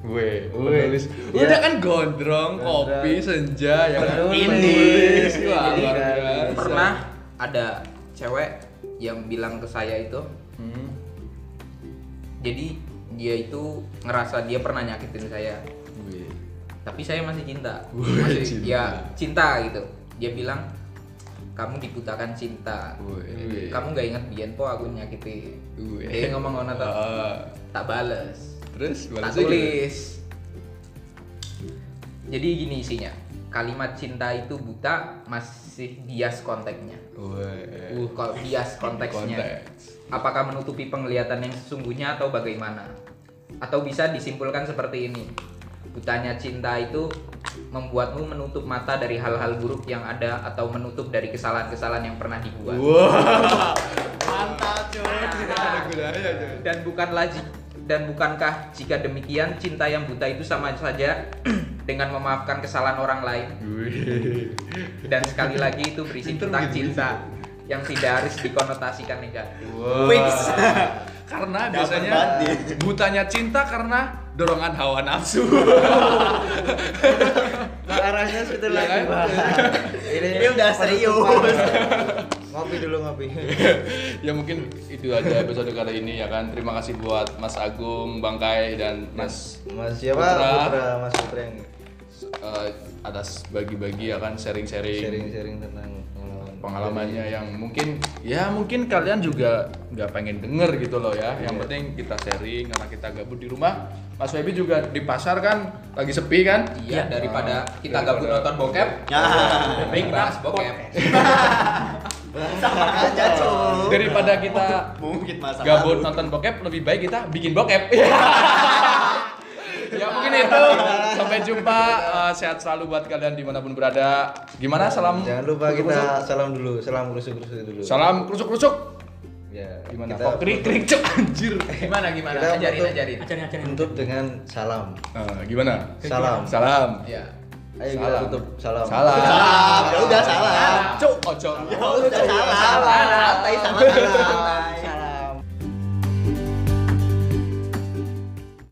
Speaker 1: gue
Speaker 2: Weh.
Speaker 1: penulis
Speaker 2: Iya.
Speaker 1: udah kan gondrong kopi senja ya kan
Speaker 2: Penulis.
Speaker 1: Penulis. Wah,
Speaker 2: Jadi
Speaker 1: luar
Speaker 2: kan,
Speaker 1: biasa.
Speaker 3: pernah ada cewek yang bilang ke saya itu
Speaker 1: Hmm.
Speaker 3: jadi dia itu ngerasa dia pernah nyakitin saya
Speaker 1: Wih.
Speaker 3: tapi saya masih cinta
Speaker 1: Wih,
Speaker 3: masih
Speaker 1: cinta.
Speaker 3: ya cinta gitu dia bilang kamu dibutakan cinta
Speaker 1: Wih.
Speaker 3: kamu nggak ingat biyen po aku nyakiti
Speaker 1: Wih.
Speaker 3: dia ngomong ngono tak
Speaker 1: Ah. gitu.
Speaker 3: tak bales
Speaker 1: terus
Speaker 3: tak
Speaker 1: balasnya gimana?
Speaker 3: tulis jadi gini isinya kalimat cinta itu buta masih bias konteksnya
Speaker 1: Wih.
Speaker 3: uh kalau bias konteksnya
Speaker 1: Konteks.
Speaker 3: apakah menutupi penglihatan yang sesungguhnya atau bagaimana atau bisa disimpulkan seperti ini butanya cinta itu membuatmu menutup mata dari hal-hal buruk yang ada atau menutup dari kesalahan-kesalahan yang pernah dibuat
Speaker 1: Wah.
Speaker 4: mantap
Speaker 1: Ada ya? gunanya tuh.
Speaker 3: dan bukanlah ji- dan bukankah jika demikian cinta yang buta itu sama saja dengan memaafkan kesalahan orang lain
Speaker 1: Wih.
Speaker 3: dan sekali lagi itu berisi tentang cinta yang tidak harus dikonotasikan negatif
Speaker 1: Wah.
Speaker 4: Fix.
Speaker 1: karena
Speaker 4: Dapat
Speaker 1: biasanya
Speaker 4: banget dia.
Speaker 1: butanya cinta karena dorongan hawa nafsu.
Speaker 2: Nah, arahnya sudah
Speaker 1: Iya
Speaker 2: lagi
Speaker 1: kan?
Speaker 2: ini,
Speaker 4: Ini udah
Speaker 2: penutupan.
Speaker 4: serius.
Speaker 2: ngopi dulu ngopi
Speaker 1: ya mungkin itu aja episode kali ini ya kan. Terima kasih buat Mas Agung, Bang Kai dan Mas
Speaker 2: mas siapa
Speaker 1: Putra.
Speaker 2: Putra mas Putra yang
Speaker 1: eh, atas bagi-bagi ya kan sharing-sharing
Speaker 2: sharing-sharing tentang pengalaman
Speaker 1: pengalamannya
Speaker 3: Iya,
Speaker 1: yang mungkin ya mungkin kalian juga nggak pengen denger gitu loh ya. Yang
Speaker 2: Iya.
Speaker 1: penting kita sharing karena kita gabut di rumah. Mas Febi juga di pasar kan lagi sepi kan?
Speaker 3: Iya, daripada
Speaker 1: Ah,
Speaker 3: kita gabut
Speaker 1: daripada-
Speaker 3: nonton bokep,
Speaker 4: ya
Speaker 3: lebih bahas bokep.
Speaker 4: sama aja cuy
Speaker 1: Daripada kita
Speaker 4: mungkin masa
Speaker 1: gabut
Speaker 4: lalu.
Speaker 1: nonton bokep lebih baik kita bikin bokep ya mungkin itu sampai jumpa Eh, sehat selalu buat kalian dimanapun berada gimana salam
Speaker 2: jangan lupa kita salam dulu salam kerusu-kerusu dulu
Speaker 1: salam kerucuk kerucuk
Speaker 2: ya
Speaker 1: gimana
Speaker 2: kita
Speaker 1: kok krik krik cuk anjir
Speaker 3: Gimana gimana?
Speaker 2: Kita
Speaker 3: Ajarin
Speaker 2: untuk-
Speaker 3: ajarin.
Speaker 5: ajarin ajarin
Speaker 2: tutup dengan salam
Speaker 1: Eh, gimana
Speaker 2: salam
Speaker 1: salam
Speaker 3: Iya.
Speaker 2: ayo kita
Speaker 1: Salam.
Speaker 2: tutup salam
Speaker 1: salam
Speaker 4: salah ya udah salah
Speaker 1: cuk ojo
Speaker 4: ya udah salah santai sama santai